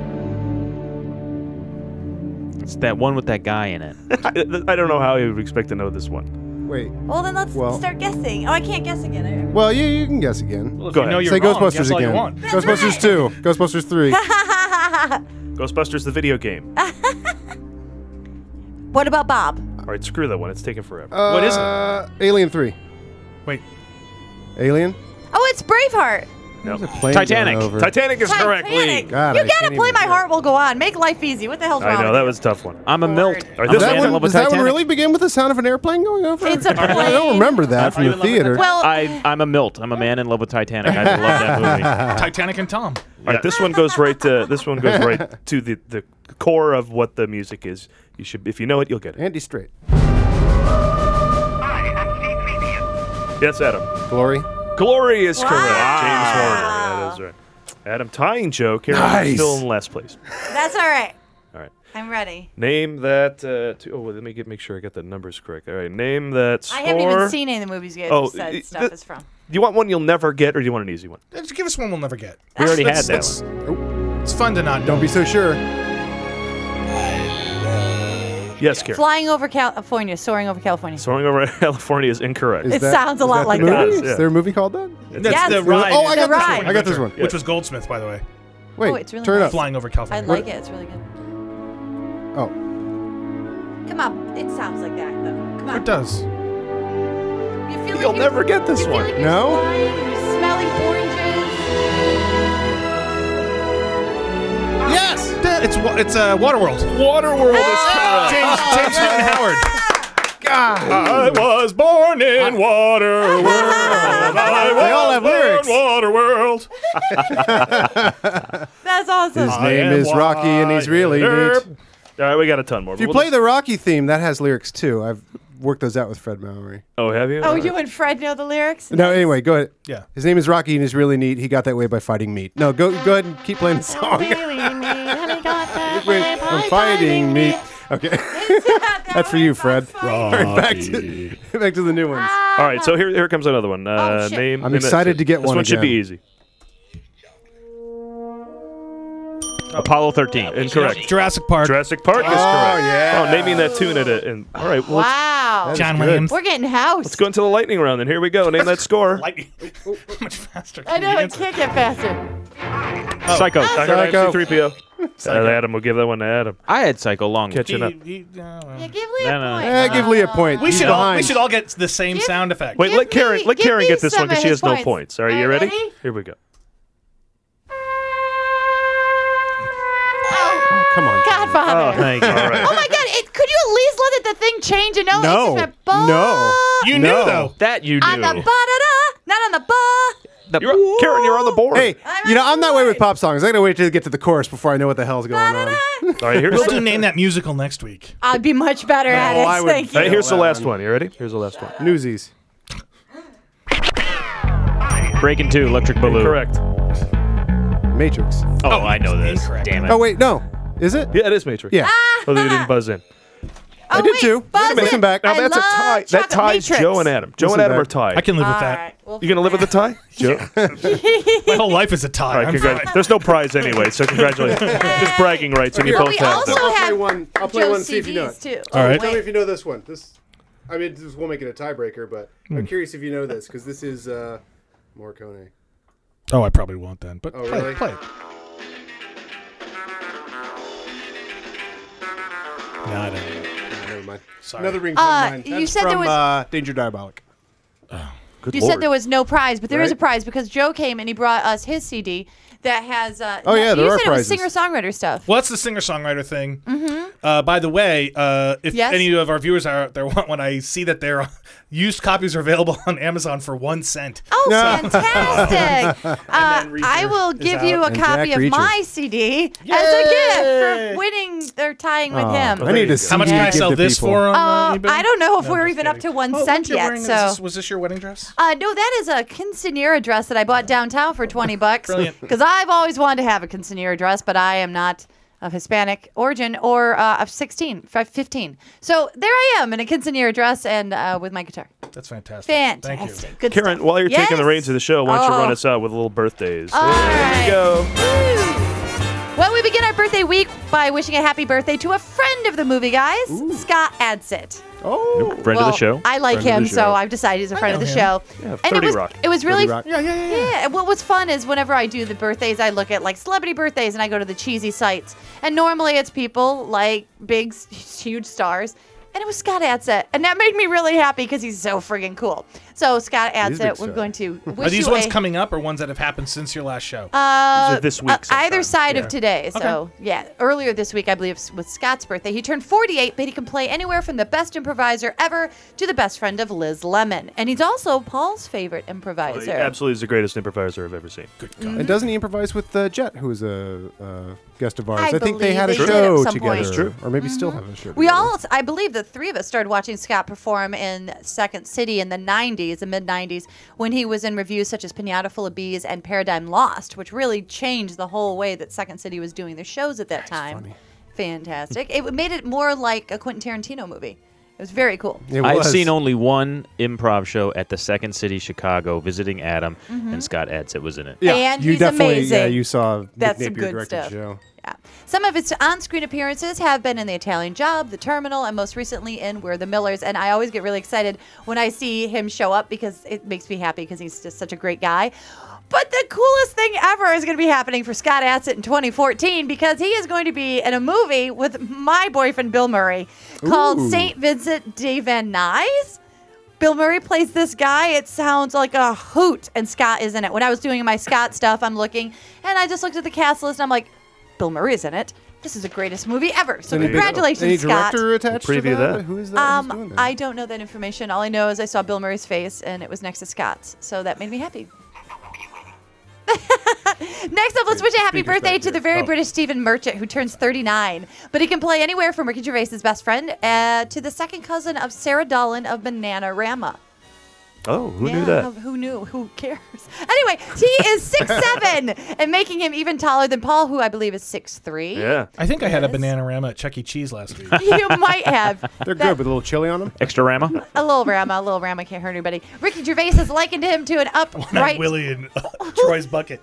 It's that one with that guy in it. I, I don't know how you would expect to know this one. Wait. Well, then let's Well- start guessing. Oh, I can't guess again. I- Well, you, you can guess again. if Go you ahead. know you're Say wrong, Ghostbusters guess all you again. want. That's Ghostbusters right. 2. Ghostbusters 3. Ghostbusters, the video game. What about Bob? All right, screw that one. It's taking forever. what is it? Uh, Alien 3. Wait. Alien? Oh, it's Braveheart. No. plane Titanic. going over. Titanic is correct. Lee. Titanic. you gotta play My Heart Will Go On. Make life easy. What the hell's wrong? I know with that was a tough one. I'm a melt. All right, Does this that, man's in one, love with does that one Titanic. really begin with the sound of an airplane going over? It's a I don't remember that from the theater. Well- I, I'm a Milt. I'm a man in love with Titanic. I love that Uh-huh. movie. Titanic and Tom. All right, this one goes right to this one goes right to the, the core of what the music is. You should, if you know it, you'll get it. Andy Straight. Yes, Adam. Glory. Glory is correct. Wow. Ah. James Horner. That is right. Adam tying joke here. Nice. Still in last place. it? That's all right. All right. I'm ready. Name that. Uh, two, oh, wait, let me get make sure I got the numbers correct. All right. Name that score. I haven't even seen any of the movies you guys Oh, just said it- stuff th- is from. Do you want one you'll never get, or do you want an easy one? Just give us one we'll never get. We already That's- had that that's- It's fun to not know. Don't be so sure. Yes, Karen. Flying over California, soaring over California. Soaring over California is incorrect. It sounds a lot like movie? that. Yes, yeah. Is there a movie called that? That's Yes. the ride. Oh, I got The this ride. one. I got this one. Which was Goldsmith, by the way. Wait, oh, it's really turn it nice. up. Flying over I California. like it. It's really good. Oh, Come on, it sounds like that though. Come on. It does. You feel You'll like you're- never get this you feel one. like you're No? flying, you're smelling oranges. Yes. It's wa- it's uh, Waterworld. Waterworld is correct. James James Newton Howard. I was born in Waterworld. I They all have lyrics. Waterworld. That's awesome. his name is Rocky, and he's really neat. All right, we got a ton more. If you play the Rocky theme, that has lyrics too. I've worked those out with Fred Mallory. Oh, have you? Oh, you and Fred know the lyrics? No, anyway, go ahead. Yeah. His name is Rocky, and he's really neat. He got that way by fighting meat. No, go go ahead and keep playing the song. Wait, I'm fighting meat. Okay, that's for you, Fred. All right, back to back to the new ones. All right, so here, here comes another one. Uh, Oh, shit. name. I'm name that excited too. to get this one This one should be again. easy. Apollo 13. Incorrect. Jurassic Park. Jurassic Park is correct. Oh, yeah. Oh, naming that tune at it. And all right, well, let's, Wow. John good. Williams. We're getting house. let's go into the lightning round. And here we go. Name that score. Lightning. How much faster? I Can know you it answer? can't get faster. Psycho. Psycho. Three PO. Adam will give that one to Adam. I had Psycho long. Catch it up. He- he- uh, well. Yeah, give Lee No, a no, point. Eh, give Lee a point. We He's should all, we behind. should all get the same Give- sound effect. Wait, Give let Karen me- let give Karen me get this some one of because she his has no points. points. All right, Are you you ready? ready? Here we go. Oh, Come on. Godfather. Oh, thank you. All right. Oh my God! It, could you at least let it, the thing change and know? No. It's just a ba- No. You No. knew though. Oh, That you On the ba da do. da, not on the ba. The- You're, Karen, you're on the board. Hey, I'm you know I'm that way outside. with pop songs. I gotta wait till I get to the chorus before I know what the hell's going da, on. da. All right, here's We'll the, do name that musical next week. I'd be much better at No, it. I would- Thank all you. right, here's the Well, last um, one. You ready? Here's the last one. Newsies. Breaking 2, Electric Balloon. Correct. Matrix. Oh, I know this. Damn it. Oh wait, no. Is it? Yeah, it is Matrix. Yeah. Ah! Oh, you didn't buzz in. I did too. Oh, Buzz Listen it. back. Now I that's a love tie. That Chocolate ties Matrix. Joe and Adam. Joe Listen and Adam back. are tied. I can live with All that. right, well, You gonna live with the tie, Joe? My whole life is a tie. All right, I'm congrat- fine. There's no prize anyway, so congratulations. Just bragging rights, and you Here. both We have also them. I'll play have one. I'll play Joe one. See if you know CDs too. it. All Oh, right. Tell me wait. if you know this one. This I mean, this will make it a tiebreaker, but I'm curious if you know this because this is uh, Morricone. Oh, I probably won't then. But Oh, play, really? play. No, I don't. Never mind. Sorry. Another ring Uh, from mine. you said there was- uh, Danger Diabolic. Good you said there was no prize, but there is a Right? prize because Joe came and he brought us his CD that has. Uh, Oh, yeah, there you are said prizes. it was singer-songwriter stuff. Well, that's the singer songwriter thing. Mhm. Uh, by the way, uh, if Yes? any of our viewers are out there want one, I see that their used copies are available on Amazon for one cent. Oh, fantastic! Uh, I will is give out. you a And copy Jack of Reacher. my CD as a gift for winning or tying with Aw, him. I need a How much CD can I to give sell to this people. for on, Uh, uh, eBay? I don't know if No, we're just even up to one Oh, cent weren't you yet. wearing- is so this- was this your wedding dress? Uh, no, that is a quinceanera dress that I bought downtown for twenty bucks. Brilliant. Because I've always wanted to have a quinceanera dress, but I am not of Hispanic origin or uh, of 16, fi- 15. So there I am in a quinceanera dress and uh, with my guitar. That's fantastic. Fantastic. Good Karen, while you're taking the Yes. reins of the show, why don't you Oh. run us out with a little birthdays? All there right. we go. Well, we begin our birthday week by wishing a happy birthday to a friend of the movie, guys, Scott Adsit. Oh, friend of Well, the show. I like him, so I've decided he's a friend of know the him. show. Yeah, and 30 it was Rock. it was really 30 Rock. yeah, yeah, yeah. Yeah, and what was fun is whenever I do the birthdays, I look at like celebrity birthdays and I go to the cheesy sites. And normally it's people like big s- huge stars. And it was Scott Adsit, and that made me really happy because he's so friggin' cool. So Scott He's a big Adsit, we're star. going to wish Are these you ones a coming up or ones that have happened since your last show? uh, These are this week uh, either sometime. side Yeah. of today. Okay. So yeah, earlier this week I believe was Scott's birthday. He turned 48, but he can play anywhere from the best improviser ever to the best friend of Liz Lemon, and he's also Paul's favorite Oh, He improviser. absolutely is the greatest improviser I've ever seen. Good God. And doesn't he improvise with uh, Jet, who is a uh, guest of ours? I think they believe had a they did at show some together, point. That's true. or maybe still have a show. We all, I believe, the three of us started watching Scott perform in Second City in the '90s, the mid '90s, when he was in reviews such as Pinata Full of Bees and Paradigm Lost, which really changed the whole way that Second City was doing their shows at that time. Fantastic! it made it more like a Quentin Tarantino movie. It was very cool. I've seen only one improv show at the Second City, Chicago, visiting Adam Mhm. and Scott Edsett was in it. Yeah, And you he's definitely- amazing. yeah, you saw That's some good stuff. Yeah. Some of its on-screen appearances have been in The Italian Job, The Terminal, and most recently in We're the Millers. And I always get really excited when I see him show up because it makes me happy because he's just such a great guy. But the coolest thing ever is going to be happening for Scott Adsit in 2014 because he is going to be in a movie with my boyfriend Bill Murray called Ooh. St. Vincent de Van Nuys. Bill Murray plays this guy. It sounds like a hoot, and Scott is in it. When I was doing my Scott stuff, I'm looking, and I just looked at the cast list, and I'm like, Bill Murray is in it. This is the greatest movie ever. So Any big- congratulations, any Scott. director attached to Preview that? that. Who is that? Who's doing Um, that? I don't know that information. All I know is I saw Bill Murray's face, and it was next to Scott's. So that made me happy. Next up, let's wish a happy Speaker's back birthday to here. the very Oh. British Stephen Merchant, who turns 39. But he can play anywhere from Ricky Gervais's best friend uh, to the second cousin of Sarah Dollin of Bananarama. Oh, who Yeah, knew that? Who knew? Who cares? Anyway, he is six seven, and making him even taller than Paul, who I believe is six three. I think I had a Bananarama at Chuck E. Cheese last week. You might have. They're That- good with a little chili on them. Extra Rama. A little Rama, a little Rama can't hurt anybody. Ricky Gervais has likened him to an upright Willie and uh, Troy's bucket.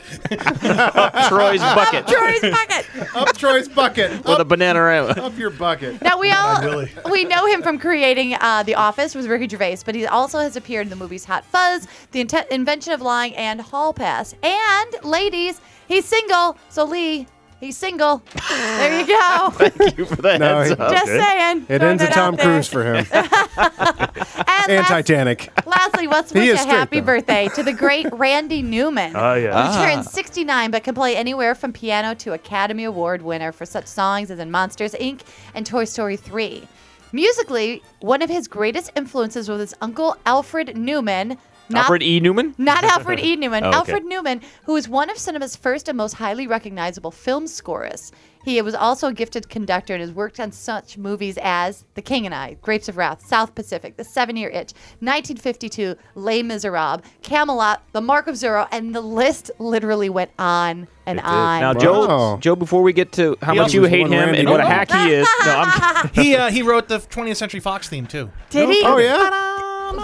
Troy's bucket. Troy's bucket. Up Troy's bucket. With a banana Rama. Up your bucket. Now we all we know him from creating uh, The Office with Ricky Gervais, but he also has appeared in the movies Hot Fuzz, The Inte- Invention of Lying, and Hall Pass. And ladies, he's single, so Lee, he's single. there you go. Thank you for that No, heads he- up. Just saying. It Throwing ends at that out Tom there. Cruise for him. and Titanic. Lastly, let's He wish a is straight, happy though. birthday to the great Randy Newman, Oh, yeah. who Ah. turns 69 but can play anywhere from piano to Academy Award winner for such songs as in Monsters Inc. and Toy Story 3. Musically, one of his greatest influences was his uncle Alfred Newman. not- Alfred E. Newman? Not Alfred E. Newman. Oh, okay. Alfred Newman, who is one of cinema's first and most highly recognizable film scorists. He was also a gifted conductor and has worked on such movies as The King and I, Grapes of Wrath, South Pacific, The Seven Year Itch, 1952, Les Miserables, Camelot, The Mark of Zorro, and the list literally went on and on. Now, Joe, Joe, before we get to how He much also you was hate one him Randy and what a Newman. hack he is, no, I'm, he uh, he wrote the 20th Century Fox theme too. Did he? Oh, yeah.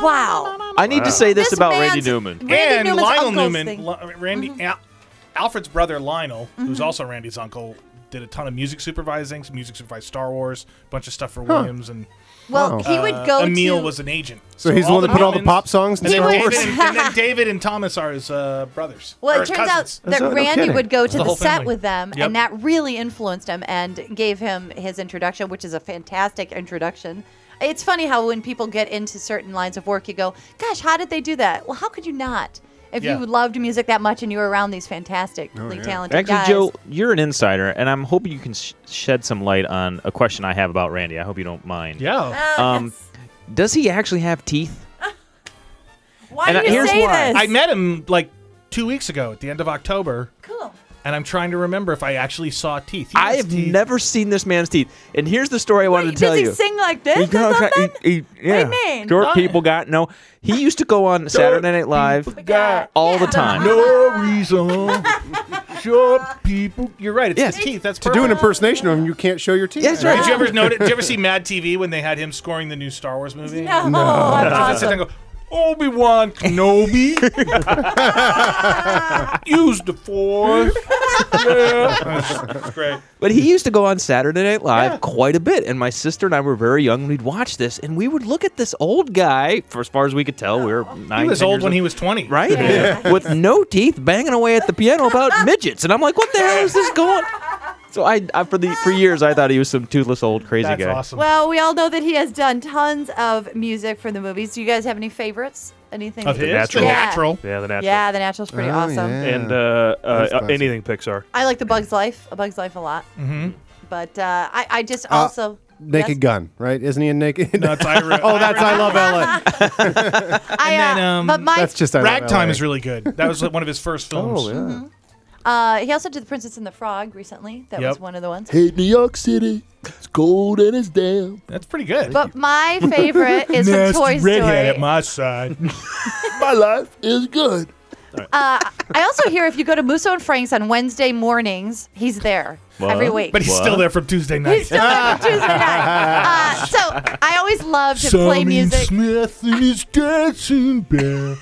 Wow. I need Wow. to say this, This about man's- Randy Newman. Randy and Newman's Lionel uncle's Newman, thing. Mm-hmm. Li- Randy Al- Alfred's brother Lionel, who's also Randy's uncle, did a ton of music supervising. Some music supervised Star Wars, a bunch of stuff for Huh. Williams, and Well, he would go Emil to- Oh. was an agent. So he's the all one that put all the Romans- pop songs in and then Star David- Wars? and, then David and Thomas are his uh, brothers. Well, Or it turns cousins. out that Randy would go to The the, whole set family. with them, Yep. and that really influenced him and gave him his introduction, which is a fantastic introduction. It's funny how when people get into certain lines of work, you go, "Gosh, how did they do that?" Well, how could you not? If Yeah. you loved music that much and you were around these Oh, fantastically talented Actually, guys, Joe, you're an insider, and I'm hoping you can sh- shed some light on a question I have about Randy. I hope you don't mind. Yeah. Um, does he actually have teeth? why And do I- you here's say why. this? I met him like two weeks ago at the end of October. Cool. And I'm trying to remember if I actually saw teeth. He I have never seen this man's teeth. And here's the story I wanted to tell Does he you. sing like this? He or got- something? he- he- yeah. What do you mean? Short Huh? people got no. He used to go on Saturday Night Live all the time. No reason. Short people. You're right. It's his teeth. That's to do an perfect. impersonation of him, you can't show your teeth. That's right. Did you ever notice? Did you ever see Mad TV when they had him scoring the new Star Wars movie? No, No. that's Just sit there and go, Obi Wan Kenobi. Use the Force. Yeah. It's great. But he used to go on Saturday Night Live quite a bit, and my sister and I were very young. and We'd watch this, and we would look at this old guy. For as far as we could tell, we were nine. He was 10 old years when he was 20. right? With no teeth, banging away at the piano about midgets, and I'm like, what the hell is this going? So I, I for the for years, I thought he was some toothless old crazy That's guy. awesome. Well, we all know that he has done tons of music for the movies. Do you guys have any favorites? Anything Of The his? Natural. Yeah. Natural. Yeah, The Natural. Yeah, the Natural's pretty Oh, awesome. yeah. And, uh, uh, That's uh, classic. anything Pixar. I like the Bug's Life, a Bug's Life a lot. Mm-hmm. Mhm. But uh, I, I just Uh, also Naked Yes? Gun, right? Isn't he in Naked? No, it's Ira. oh, that's I Love L.A. I, uh, um, but my That's just I Love Ragtime LA. is really good. That was one of his first films. Oh, yeah. uh, he also did The Princess and the Frog recently. That was Yep. one of the ones. Hey, New York City, it's cold and it's damp. That's pretty good. But my favorite is from Nasty Toy redhead Story. at my side. My life is good. Uh, I also hear if you go to Musso and Frank's on Wednesday mornings, he's there every week. But he's still there from Tuesday night. He's still there from Tuesday night. Uh, so I always love to play Sonny music. Smith and his dancing bear.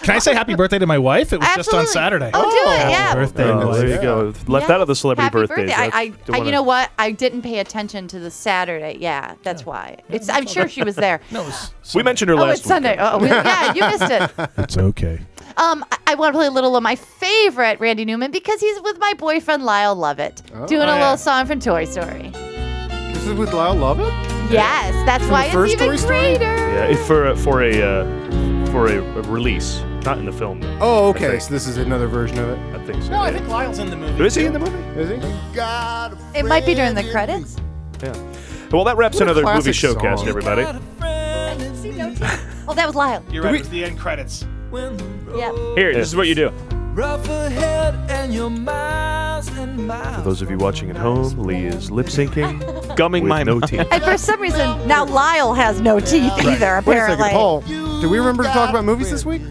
Can I say happy birthday to my wife? It was just on Saturday. Oh, do it, yeah. Happy birthday, Oh, wife. there you go. Left Yeah. out of the celebrity Happy birthdays. birthday. That's- I, don't I, I, you wanna- know what? I didn't pay attention to the Saturday. Yeah, that's why. It's. I'm sure she was there. no, we mentioned her oh, last it's Sunday. Oh, we, yeah, you missed it. It's okay. Um, I, I want to play a little of my favorite Randy Newman because he's with my boyfriend Lyle Lovett, Oh. doing a Oh, little yeah. song from Toy Story. This is with Lyle Lovett? Yes, that's From why the it's first even Toy Story? greater. Yeah, if for a, for a uh, for a, a release, not in the film. though. Oh, I okay. think. So this is another version of it. I think so. No, I yeah. think Lyle's in the movie. Is he in the movie? Is he? It might be during the credits. Yeah. Well, that wraps What a another movie classic showcast, song. everybody. I didn't see no teeth. Oh, that was Lyle. You're right. it was the end credits. Yeah. Here, this is what you do. Rough ahead and your miles and For miles. those of you watching at home, Lee is lip syncing, gumming with my no teeth. And for some reason, now Lyle has no teeth either. Apparently. Wait a second, Paul. Do we remember to talk about movies this week?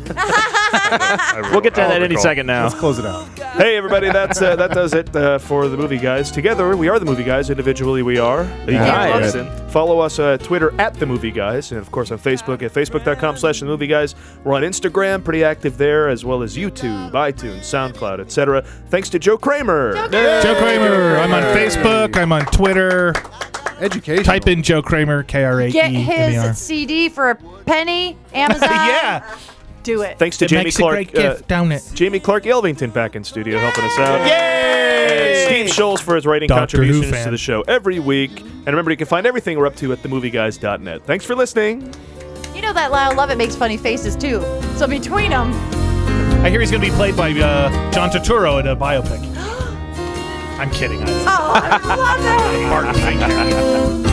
We'll get to I'll that any recall. second now. Let's close it out. Hey everybody, that's uh, that does it uh, for the movie guys. Together we are the movie guys. Individually we are the Yeah. guys. Yeah. And follow us uh, Twitter at the movie guys, and of course on Facebook at facebook.com/slash the movie guys. We're on Instagram, pretty active there, as well as YouTube, iTunes, SoundCloud, etc. Thanks to Joe Kramer. Joe Kramer. I'm on Facebook. I'm on Twitter. Education. Type in Joe Kramer, K R A E. Get M E his R. CD for a penny, Amazon. yeah. Do it. Thanks to It Jamie makes a Clark. uh, great gift, don't it? Jamie Clark Elvington back in studio helping us out. And Steve Scholes for his writing Dr. contributions Who fan. to the show every week. And remember, you can find everything we're up to at themovieguys.net. Thanks for listening. You know that Lyle Lovett makes funny faces too. So between them. I hear he's going to be played by uh, John Turturro in a biopic. I'm kidding. I Oh, I love it. Martin, I care.